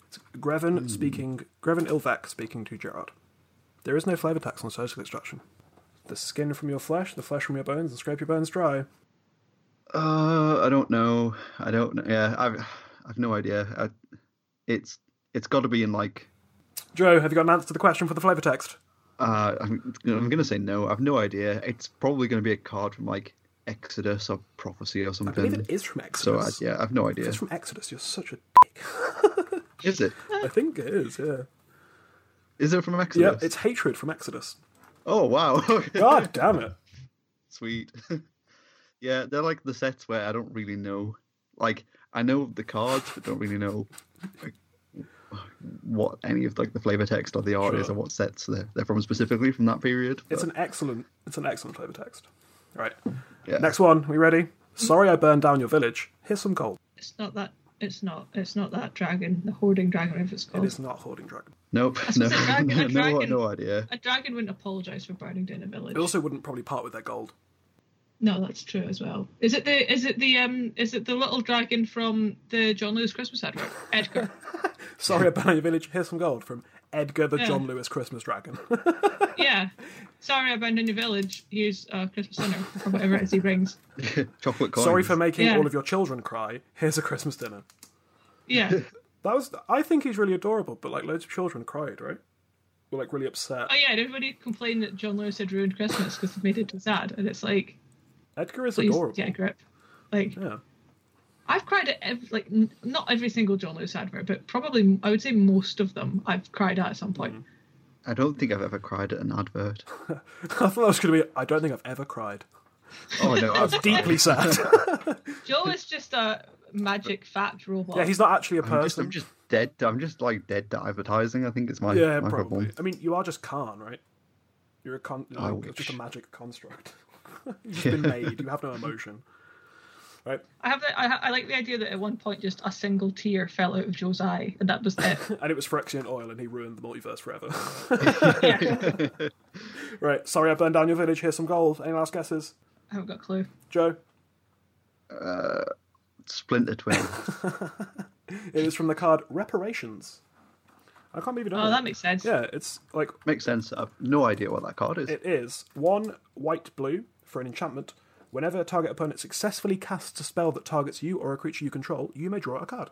Speaker 2: It's Grevin
Speaker 1: Hmm.
Speaker 2: speaking, Grevin Ilvec speaking to Gerard. There is no flavour text on surgical extraction. The skin from your flesh, the flesh from your bones, and scrape your bones dry.
Speaker 1: Uh, I don't know. I don't. kn- Yeah, I've I've no idea. I, it's it's got to be in like.
Speaker 2: Joe, have you got an answer to the question for the flavour text?
Speaker 1: Uh, I'm I'm gonna say no. I've no idea. It's probably gonna be a card from like Exodus or Prophecy or
Speaker 2: I believe
Speaker 1: something.
Speaker 2: it is from
Speaker 1: So I,
Speaker 2: Exodus.
Speaker 1: yeah, I've no idea.
Speaker 2: It's from Exodus. You're such a.
Speaker 1: Is it?
Speaker 2: I think it is. Yeah.
Speaker 1: Is it from
Speaker 2: Yeah.
Speaker 1: Exodus?
Speaker 2: It's hatred from Exodus.
Speaker 1: Oh wow. Okay.
Speaker 2: God damn it.
Speaker 1: Sweet. yeah, they're like the sets where I don't really know. Like I know the cards, but don't really know like, what any of like the flavor text or the art is,
Speaker 2: Sure.
Speaker 1: or what sets they're, they're from specifically from that period.
Speaker 2: It's
Speaker 1: but-
Speaker 2: an excellent. It's an excellent flavour text. Right.
Speaker 1: yeah.
Speaker 2: Next one. We ready? Sorry, I burned down your village. Here's some gold.
Speaker 3: It's not that It's not. It's not that dragon, the hoarding dragon, whatever it's
Speaker 2: It
Speaker 3: called.
Speaker 2: is not Hoarding Dragon.
Speaker 1: Nope.
Speaker 3: That's
Speaker 1: No,
Speaker 3: a dragon,
Speaker 1: no, no,
Speaker 3: a dragon.
Speaker 1: no idea.
Speaker 3: A dragon wouldn't apologise for burning down a village.
Speaker 2: They also wouldn't probably part with their gold.
Speaker 3: No, that's true as well. Is it the is it the um is it the little dragon from the John Lewis Christmas advert? Edgar.
Speaker 2: Sorry about your village. Here's some gold from Edgar the
Speaker 3: Yeah.
Speaker 2: John Lewis Christmas Dragon.
Speaker 3: yeah. Sorry, I abandoned your village. Here's a Christmas dinner or whatever it is he brings.
Speaker 1: Chocolate coins.
Speaker 2: Sorry for making
Speaker 3: Yeah.
Speaker 2: all of your children cry. Here's a Christmas dinner.
Speaker 3: Yeah.
Speaker 2: That was. I think he's really adorable, but like loads of children cried, right? Were like really upset.
Speaker 3: Oh yeah, and everybody complained that John Lewis had ruined Christmas because he made it too sad, and it's like,
Speaker 2: Edgar is
Speaker 3: please
Speaker 2: adorable.
Speaker 3: get a grip. Like
Speaker 2: Yeah.
Speaker 3: I've cried at ev- like n- not every single John Lewis advert, but probably I would say most of them I've cried at at some point.
Speaker 2: Mm-hmm.
Speaker 1: I don't think I've ever cried at an advert.
Speaker 2: I thought that was going to be. I don't think I've ever cried.
Speaker 1: Oh no, I've
Speaker 2: Deeply sad.
Speaker 3: Joe is just a magic fat robot.
Speaker 2: yeah, he's not actually a
Speaker 1: I'm just,
Speaker 2: person.
Speaker 1: I'm just dead. I'm just like dead to advertising. I think it's my
Speaker 2: yeah,
Speaker 1: my
Speaker 2: probably.
Speaker 1: problem.
Speaker 2: I mean, you are just Khan, right? You're a con.
Speaker 1: I
Speaker 2: like, just a
Speaker 1: wish.
Speaker 2: magic construct. You've just been made. You have no emotion. Right.
Speaker 3: I have the, I, ha- I like the idea that at one point just a single tear fell out of Joe's eye, and that was it.
Speaker 2: And it was Phyrexian oil, and he ruined the multiverse forever. right. Sorry, I burned down your village. Here's some gold. Any last guesses,
Speaker 3: I haven't got a clue.
Speaker 2: Joe?
Speaker 1: Splinter Twin.
Speaker 2: It is from the card Reparations. I can't believe you don't.
Speaker 3: Oh,
Speaker 2: know.
Speaker 3: that makes sense.
Speaker 2: Yeah, it's like
Speaker 1: Makes sense. I've no idea what that card is.
Speaker 2: it is one white blue for an enchantment. Whenever a target opponent successfully casts a spell that targets you or a creature you control, you may draw a card.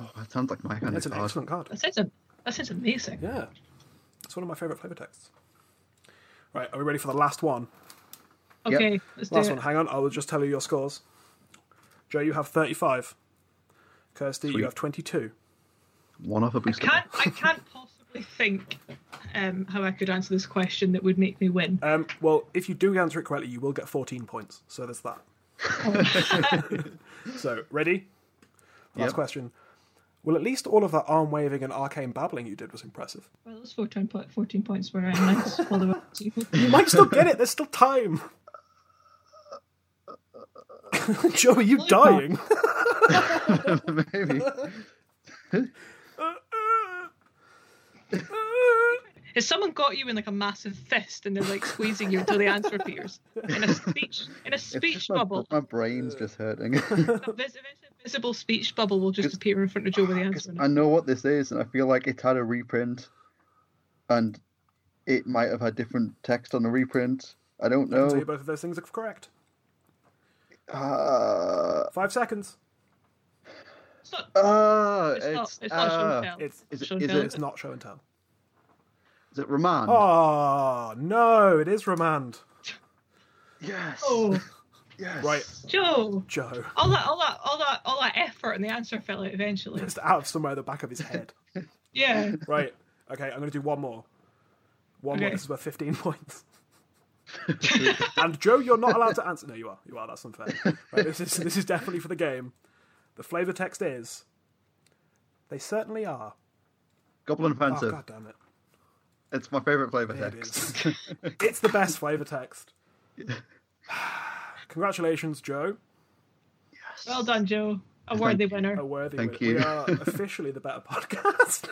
Speaker 1: oh, that sounds like my kind
Speaker 2: That's
Speaker 1: of
Speaker 2: an
Speaker 1: card.
Speaker 2: excellent card.
Speaker 3: That sounds, a, that sounds amazing.
Speaker 2: Yeah, it's one of my favorite flavor texts. Right, are we ready for the last one?
Speaker 1: Yep.
Speaker 3: Okay, let's
Speaker 2: Last
Speaker 3: do
Speaker 2: one.
Speaker 3: it.
Speaker 2: Hang on, I will just tell you your scores. Joe, you have thirty-five. Kirsty,
Speaker 1: Sweet.
Speaker 2: you have twenty-two.
Speaker 1: One off a
Speaker 3: I
Speaker 1: booster.
Speaker 3: can't, I can't possibly think um, how I could answer this question that would make me win.
Speaker 2: Um, well, if you do answer it correctly, you will get fourteen points. So there's that. so ready? Last
Speaker 1: Yep.
Speaker 2: question. Well, at least all of that arm waving and arcane babbling you did was impressive.
Speaker 3: Well, those 14, po- 14 points were uh, nice. while they were
Speaker 2: You might still get it. There's still time. Joe, are you
Speaker 3: Lollipop.
Speaker 2: dying?
Speaker 1: Maybe.
Speaker 3: Has someone got you in like a massive fist and they're like squeezing you until the answer appears in a speech in a
Speaker 1: It's
Speaker 3: speech
Speaker 1: just my,
Speaker 3: bubble?
Speaker 1: my brain's just hurting.
Speaker 3: A vis- eventually a visible speech bubble will just appear in front of Joe with the answer. in it.
Speaker 1: I know what this is, and I feel like it had a reprint, and it might have had different text on the reprint. I don't
Speaker 2: I'll tell you
Speaker 1: know.
Speaker 2: both of those things are correct.
Speaker 1: Ah,
Speaker 2: Five seconds.
Speaker 3: It's not
Speaker 1: ah,
Speaker 3: It's, not. It's not
Speaker 1: ah.
Speaker 3: Sean Fell.
Speaker 2: It's
Speaker 1: Is it-
Speaker 3: Sean
Speaker 1: is
Speaker 3: Fell.
Speaker 1: it-
Speaker 2: it's not show and tell.
Speaker 1: Is it Roman?
Speaker 2: Oh no, it is remand.
Speaker 1: yes.
Speaker 3: Oh,
Speaker 1: yes.
Speaker 2: Right.
Speaker 3: Joe!
Speaker 2: Joe,
Speaker 3: All that, all that, all that, all that effort, and the answer fell out eventually.
Speaker 2: just out of somewhere at the back of his head.
Speaker 3: Yeah.
Speaker 2: Right. Okay, I'm going to do one more. One more.
Speaker 3: Okay.
Speaker 2: This is worth 15 points. and Joe, you're not allowed to answer. No, you are. You are. That's unfair. Right, this is this is definitely for the game. The flavor text is. They certainly are.
Speaker 1: Goblin
Speaker 2: Oh,
Speaker 1: Offensive.
Speaker 2: God damn it!
Speaker 1: It's my favorite flavor
Speaker 2: It
Speaker 1: text.
Speaker 2: is. it's the best flavor text. Congratulations, Joe.
Speaker 3: Well done, Joe. A worthy winner.
Speaker 2: A worthy.
Speaker 1: Thank
Speaker 2: winner.
Speaker 1: you.
Speaker 2: We are officially the better podcast.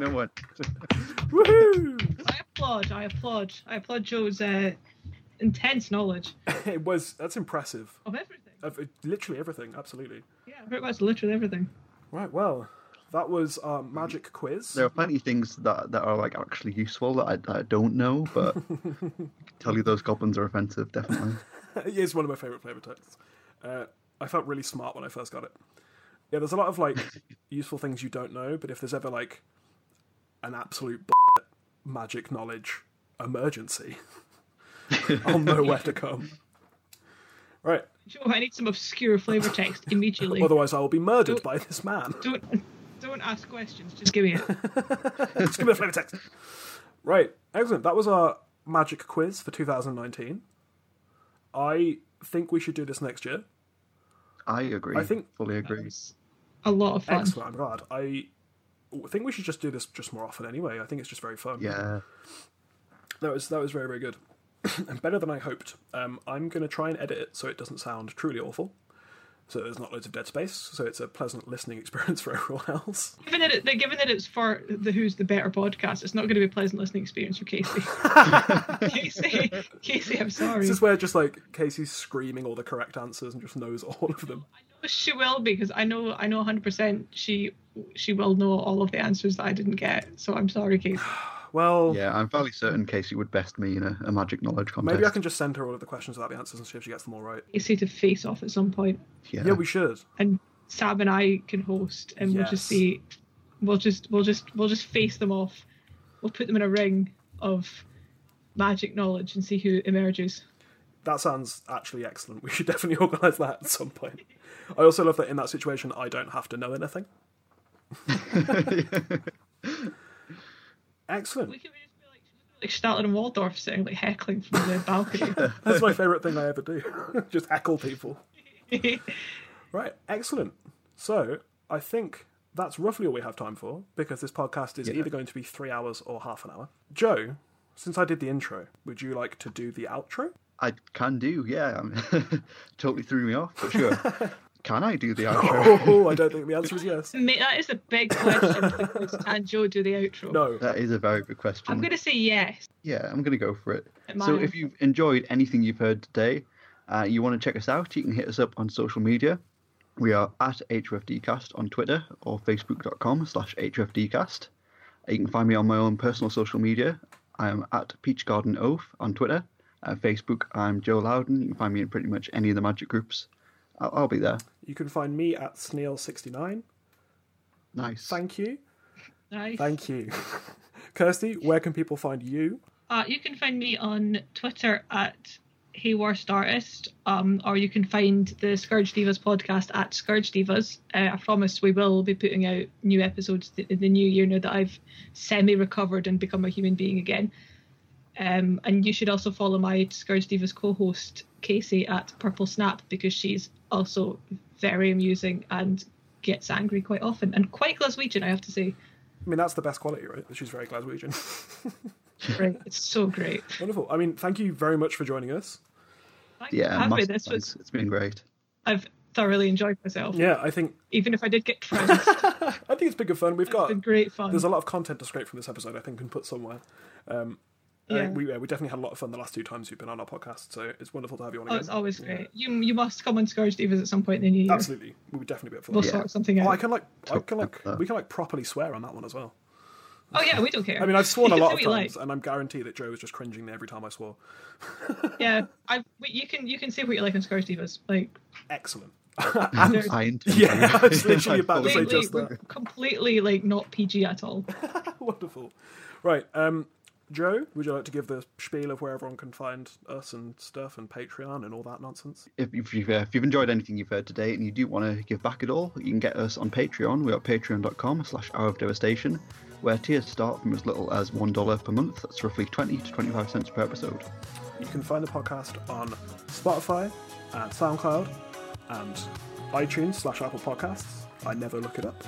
Speaker 1: no one.
Speaker 2: Woohoo!
Speaker 3: I applaud. I applaud. I applaud Joe's uh, intense knowledge
Speaker 2: It was. That's impressive.
Speaker 3: of everything.
Speaker 2: Of uh, literally everything. Absolutely.
Speaker 3: Yeah, pretty much literally everything.
Speaker 2: Right, well, that was our magic quiz.
Speaker 1: There are plenty of things that, that are like actually useful that I, that I don't know, but I can tell you those goblins are offensive, definitely.
Speaker 2: it is one of my favourite flavour texts. Uh, I felt really smart when I first got it. Yeah, there's a lot of like useful things you don't know, but if there's ever like an absolute b- magic knowledge emergency, I'll know where to come. Right,
Speaker 3: Joe, I need some obscure flavor text immediately.
Speaker 2: otherwise I will be murdered by this man.
Speaker 3: don't, don't ask questions. Just give me it.
Speaker 2: Just give me the flavour text. Right, excellent. That was our magic quiz for 2019. I think we should do this next year.
Speaker 1: I agree.
Speaker 2: I think-
Speaker 1: fully agree.
Speaker 3: A lot of fun.
Speaker 2: Excellent. I'm glad. I think we should just do this just more often anyway. I think it's just very fun.
Speaker 1: Yeah.
Speaker 2: That was that was very very good, and better than I hoped. Um, I'm going to try and edit it so it doesn't sound truly awful. so there's not loads of dead space. So it's a pleasant listening experience for everyone else.
Speaker 3: Given that, it, that given that it's for the Who's the Better podcast, it's not going to be a pleasant listening experience for Casey. Casey, Casey, I'm sorry.
Speaker 2: This is where just like Casey's screaming all the correct answers and just knows all of them.
Speaker 3: She will be because I know I know 100. percent She she will know all of the answers that I didn't get. So I'm sorry, Casey.
Speaker 2: Well,
Speaker 1: Yeah, I'm fairly certain Casey would best me in a, a magic knowledge contest.
Speaker 2: maybe I can just send her all of the questions without the answers and see if she gets them all right.
Speaker 3: Casey to face off at some point,
Speaker 1: Yeah,
Speaker 2: Yeah, we should.
Speaker 3: and Sam and I can host, and we'll just
Speaker 2: Yes.
Speaker 3: see. We'll just we'll just we'll just face them off. We'll put them in a ring of magic knowledge and see who emerges.
Speaker 2: That sounds actually excellent. We should definitely organise that at some point. I also love that in that situation, I don't have to know anything.
Speaker 3: We
Speaker 2: Excellent.
Speaker 3: could just be like, like Statler and Waldorf sitting like heckling from the balcony.
Speaker 2: That's my favourite thing I ever do. Just heckle people. Right, excellent. So I think that's roughly all we have time for because this podcast is
Speaker 1: Yeah.
Speaker 2: either going to be three hours or half an hour. Joe, since I did the intro, would you like to do the outro?
Speaker 1: I can do. Yeah, I'm totally threw me off, but sure. can I do the outro?
Speaker 2: Oh, I don't think the answer is yes.
Speaker 3: Mate, that is a big question. and Joe do the outro.
Speaker 2: No.
Speaker 1: That is a very good question.
Speaker 3: I'm going to say yes.
Speaker 1: Yeah, I'm going to go for it.
Speaker 3: Mine.
Speaker 1: So if you've enjoyed anything you've heard today, uh, you want to check us out, you can hit us up on social media. We are at HFDcast on Twitter or facebook.com slash HFDcast. Uh, You can find me on my own personal social media. I am at Peach Garden Oath on Twitter. Uh, Facebook, I'm Joe Loudon. You can find me in pretty much any of the magic groups. I'll, I'll be there.
Speaker 2: You can find me at Sneal69.
Speaker 1: Nice.
Speaker 2: Thank you.
Speaker 3: Nice.
Speaker 2: Thank you. Kirsty, where can people find you?
Speaker 3: Uh, you can find me on Twitter at Hayworst Artist, um, or you can find the Scourge Divas podcast at Scourge Divas. Uh, I promise we will be putting out new episodes th- in the new year now that I've semi recovered and become a human being again. Um, and you should also follow my Scourge Divas co host, Casey, at Purple Snap, because she's also very amusing and gets angry quite often and quite Glaswegian, I have to say.
Speaker 2: I mean, that's the best quality, right? She's very Glaswegian.
Speaker 3: Right. It's so great.
Speaker 2: Wonderful. I mean, thank you very much for joining us.
Speaker 3: Thanks for
Speaker 1: Yeah,
Speaker 3: having me.
Speaker 1: massive
Speaker 3: This was
Speaker 1: thanks. it's been great.
Speaker 3: I've thoroughly enjoyed myself,
Speaker 2: Yeah, I think
Speaker 3: even if I did get trounced. it's
Speaker 2: I think it's been good fun. We've got
Speaker 3: been great fun.
Speaker 2: there's a lot of content to scrape from this episode. I think and put somewhere. I
Speaker 3: yeah.
Speaker 2: think we, yeah, we definitely had a lot of fun the last two times you've been on our podcast, so it's wonderful to have you on
Speaker 3: oh,
Speaker 2: again.
Speaker 3: it's always great.
Speaker 2: Yeah.
Speaker 3: You you must come on Scourge Divas at some point in the new year.
Speaker 2: Absolutely, we would definitely be up for
Speaker 3: We'll
Speaker 2: that.
Speaker 3: sort something out.
Speaker 2: Oh, I can like, I can like,
Speaker 1: Uh,
Speaker 2: we can like properly swear on that one as well.
Speaker 3: oh yeah, we don't care.
Speaker 2: I mean, I've sworn a
Speaker 3: You can
Speaker 2: lot
Speaker 3: say
Speaker 2: of
Speaker 3: what you
Speaker 2: times, and I'm guaranteed that Joe was just cringing every time I swore.
Speaker 3: Like. Yeah, I we- you can you can say what you like on Scourge Divas. Like
Speaker 2: Excellent.
Speaker 3: there's-
Speaker 1: I intend
Speaker 2: Yeah,
Speaker 1: to.
Speaker 2: I was literally about to
Speaker 1: I'll
Speaker 2: say
Speaker 3: we, we,
Speaker 2: just
Speaker 3: we're
Speaker 2: that.
Speaker 3: completely like not PG at all.
Speaker 2: Wonderful. Right, um, Joe, would you like to give the spiel of where everyone can find us and stuff and Patreon and all that nonsense?
Speaker 1: if, if, you've, uh, if you've enjoyed anything you've heard today and you do want to give back at all, you can get us on Patreon. We're at patreon.com slash hour of devastation, where tiers start from as little as $1 per month. That's roughly 20 to 25 cents per episode.
Speaker 2: You can find the podcast on Spotify and SoundCloud and iTunes slash Apple Podcasts. I never look it up.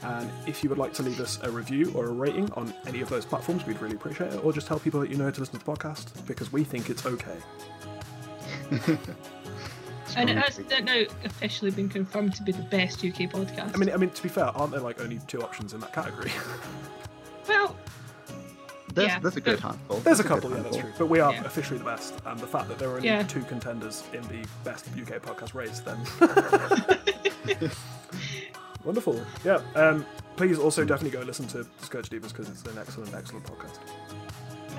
Speaker 2: And if you would like to leave us a review or a rating on any of those platforms, we'd really appreciate it. Or just tell people that you know to listen to the podcast because we think it's okay.
Speaker 3: And it has now officially been confirmed to be the best UK podcast.
Speaker 2: I mean, I mean to be fair, aren't there like only two options in that category?
Speaker 3: well,
Speaker 1: There's,
Speaker 3: Yeah.
Speaker 1: there's a good handful.
Speaker 2: There's a
Speaker 1: good
Speaker 2: couple, yeah, that's true.
Speaker 1: handful.
Speaker 2: But we are
Speaker 3: Yeah.
Speaker 2: officially the best, and the fact that there are only
Speaker 3: Yeah.
Speaker 2: two contenders in the best UK podcast race, then. Wonderful. Yeah. Um, please also definitely go listen to Scourge Divas because it's an excellent, excellent podcast.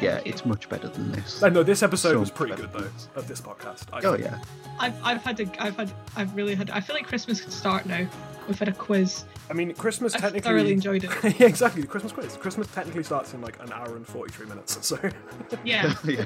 Speaker 1: Yeah, it's much better than this.
Speaker 2: I know this episode
Speaker 1: So
Speaker 2: was pretty
Speaker 1: much
Speaker 2: good
Speaker 1: better.
Speaker 2: though of this podcast. I
Speaker 1: Oh,
Speaker 2: think.
Speaker 1: yeah.
Speaker 3: I've I've had a, I've had I've really had I feel like Christmas could start now. We've had a quiz.
Speaker 2: I mean, Christmas
Speaker 3: I
Speaker 2: technically.
Speaker 3: thoroughly enjoyed it.
Speaker 2: yeah, exactly. The Christmas quiz. Christmas technically starts in like an hour and forty-three minutes, so
Speaker 3: Yeah.
Speaker 1: yeah.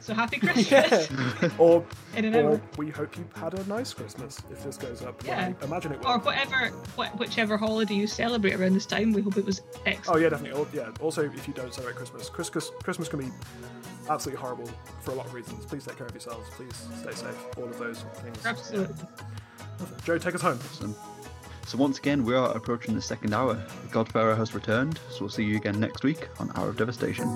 Speaker 3: So happy Christmas
Speaker 2: yeah. or
Speaker 3: in an hour.
Speaker 2: or we hope you had a nice Christmas if this goes up. when
Speaker 3: Yeah.
Speaker 2: we imagine it will.
Speaker 3: or whatever wh- whichever holiday you celebrate around this time we hope it was
Speaker 2: Oh
Speaker 3: excellent
Speaker 2: yeah, definitely. Al- Yeah. Also, if you don't celebrate Christmas, Christmas Christmas can be absolutely horrible for a lot of reasons. Please take care of yourselves. Please stay safe. All of those things.
Speaker 3: absolutely
Speaker 2: Joe, take us home.
Speaker 1: Awesome. So once again, we are approaching the second hour. Godfarer has returned, so we'll see you again next week on Hour of Devastation.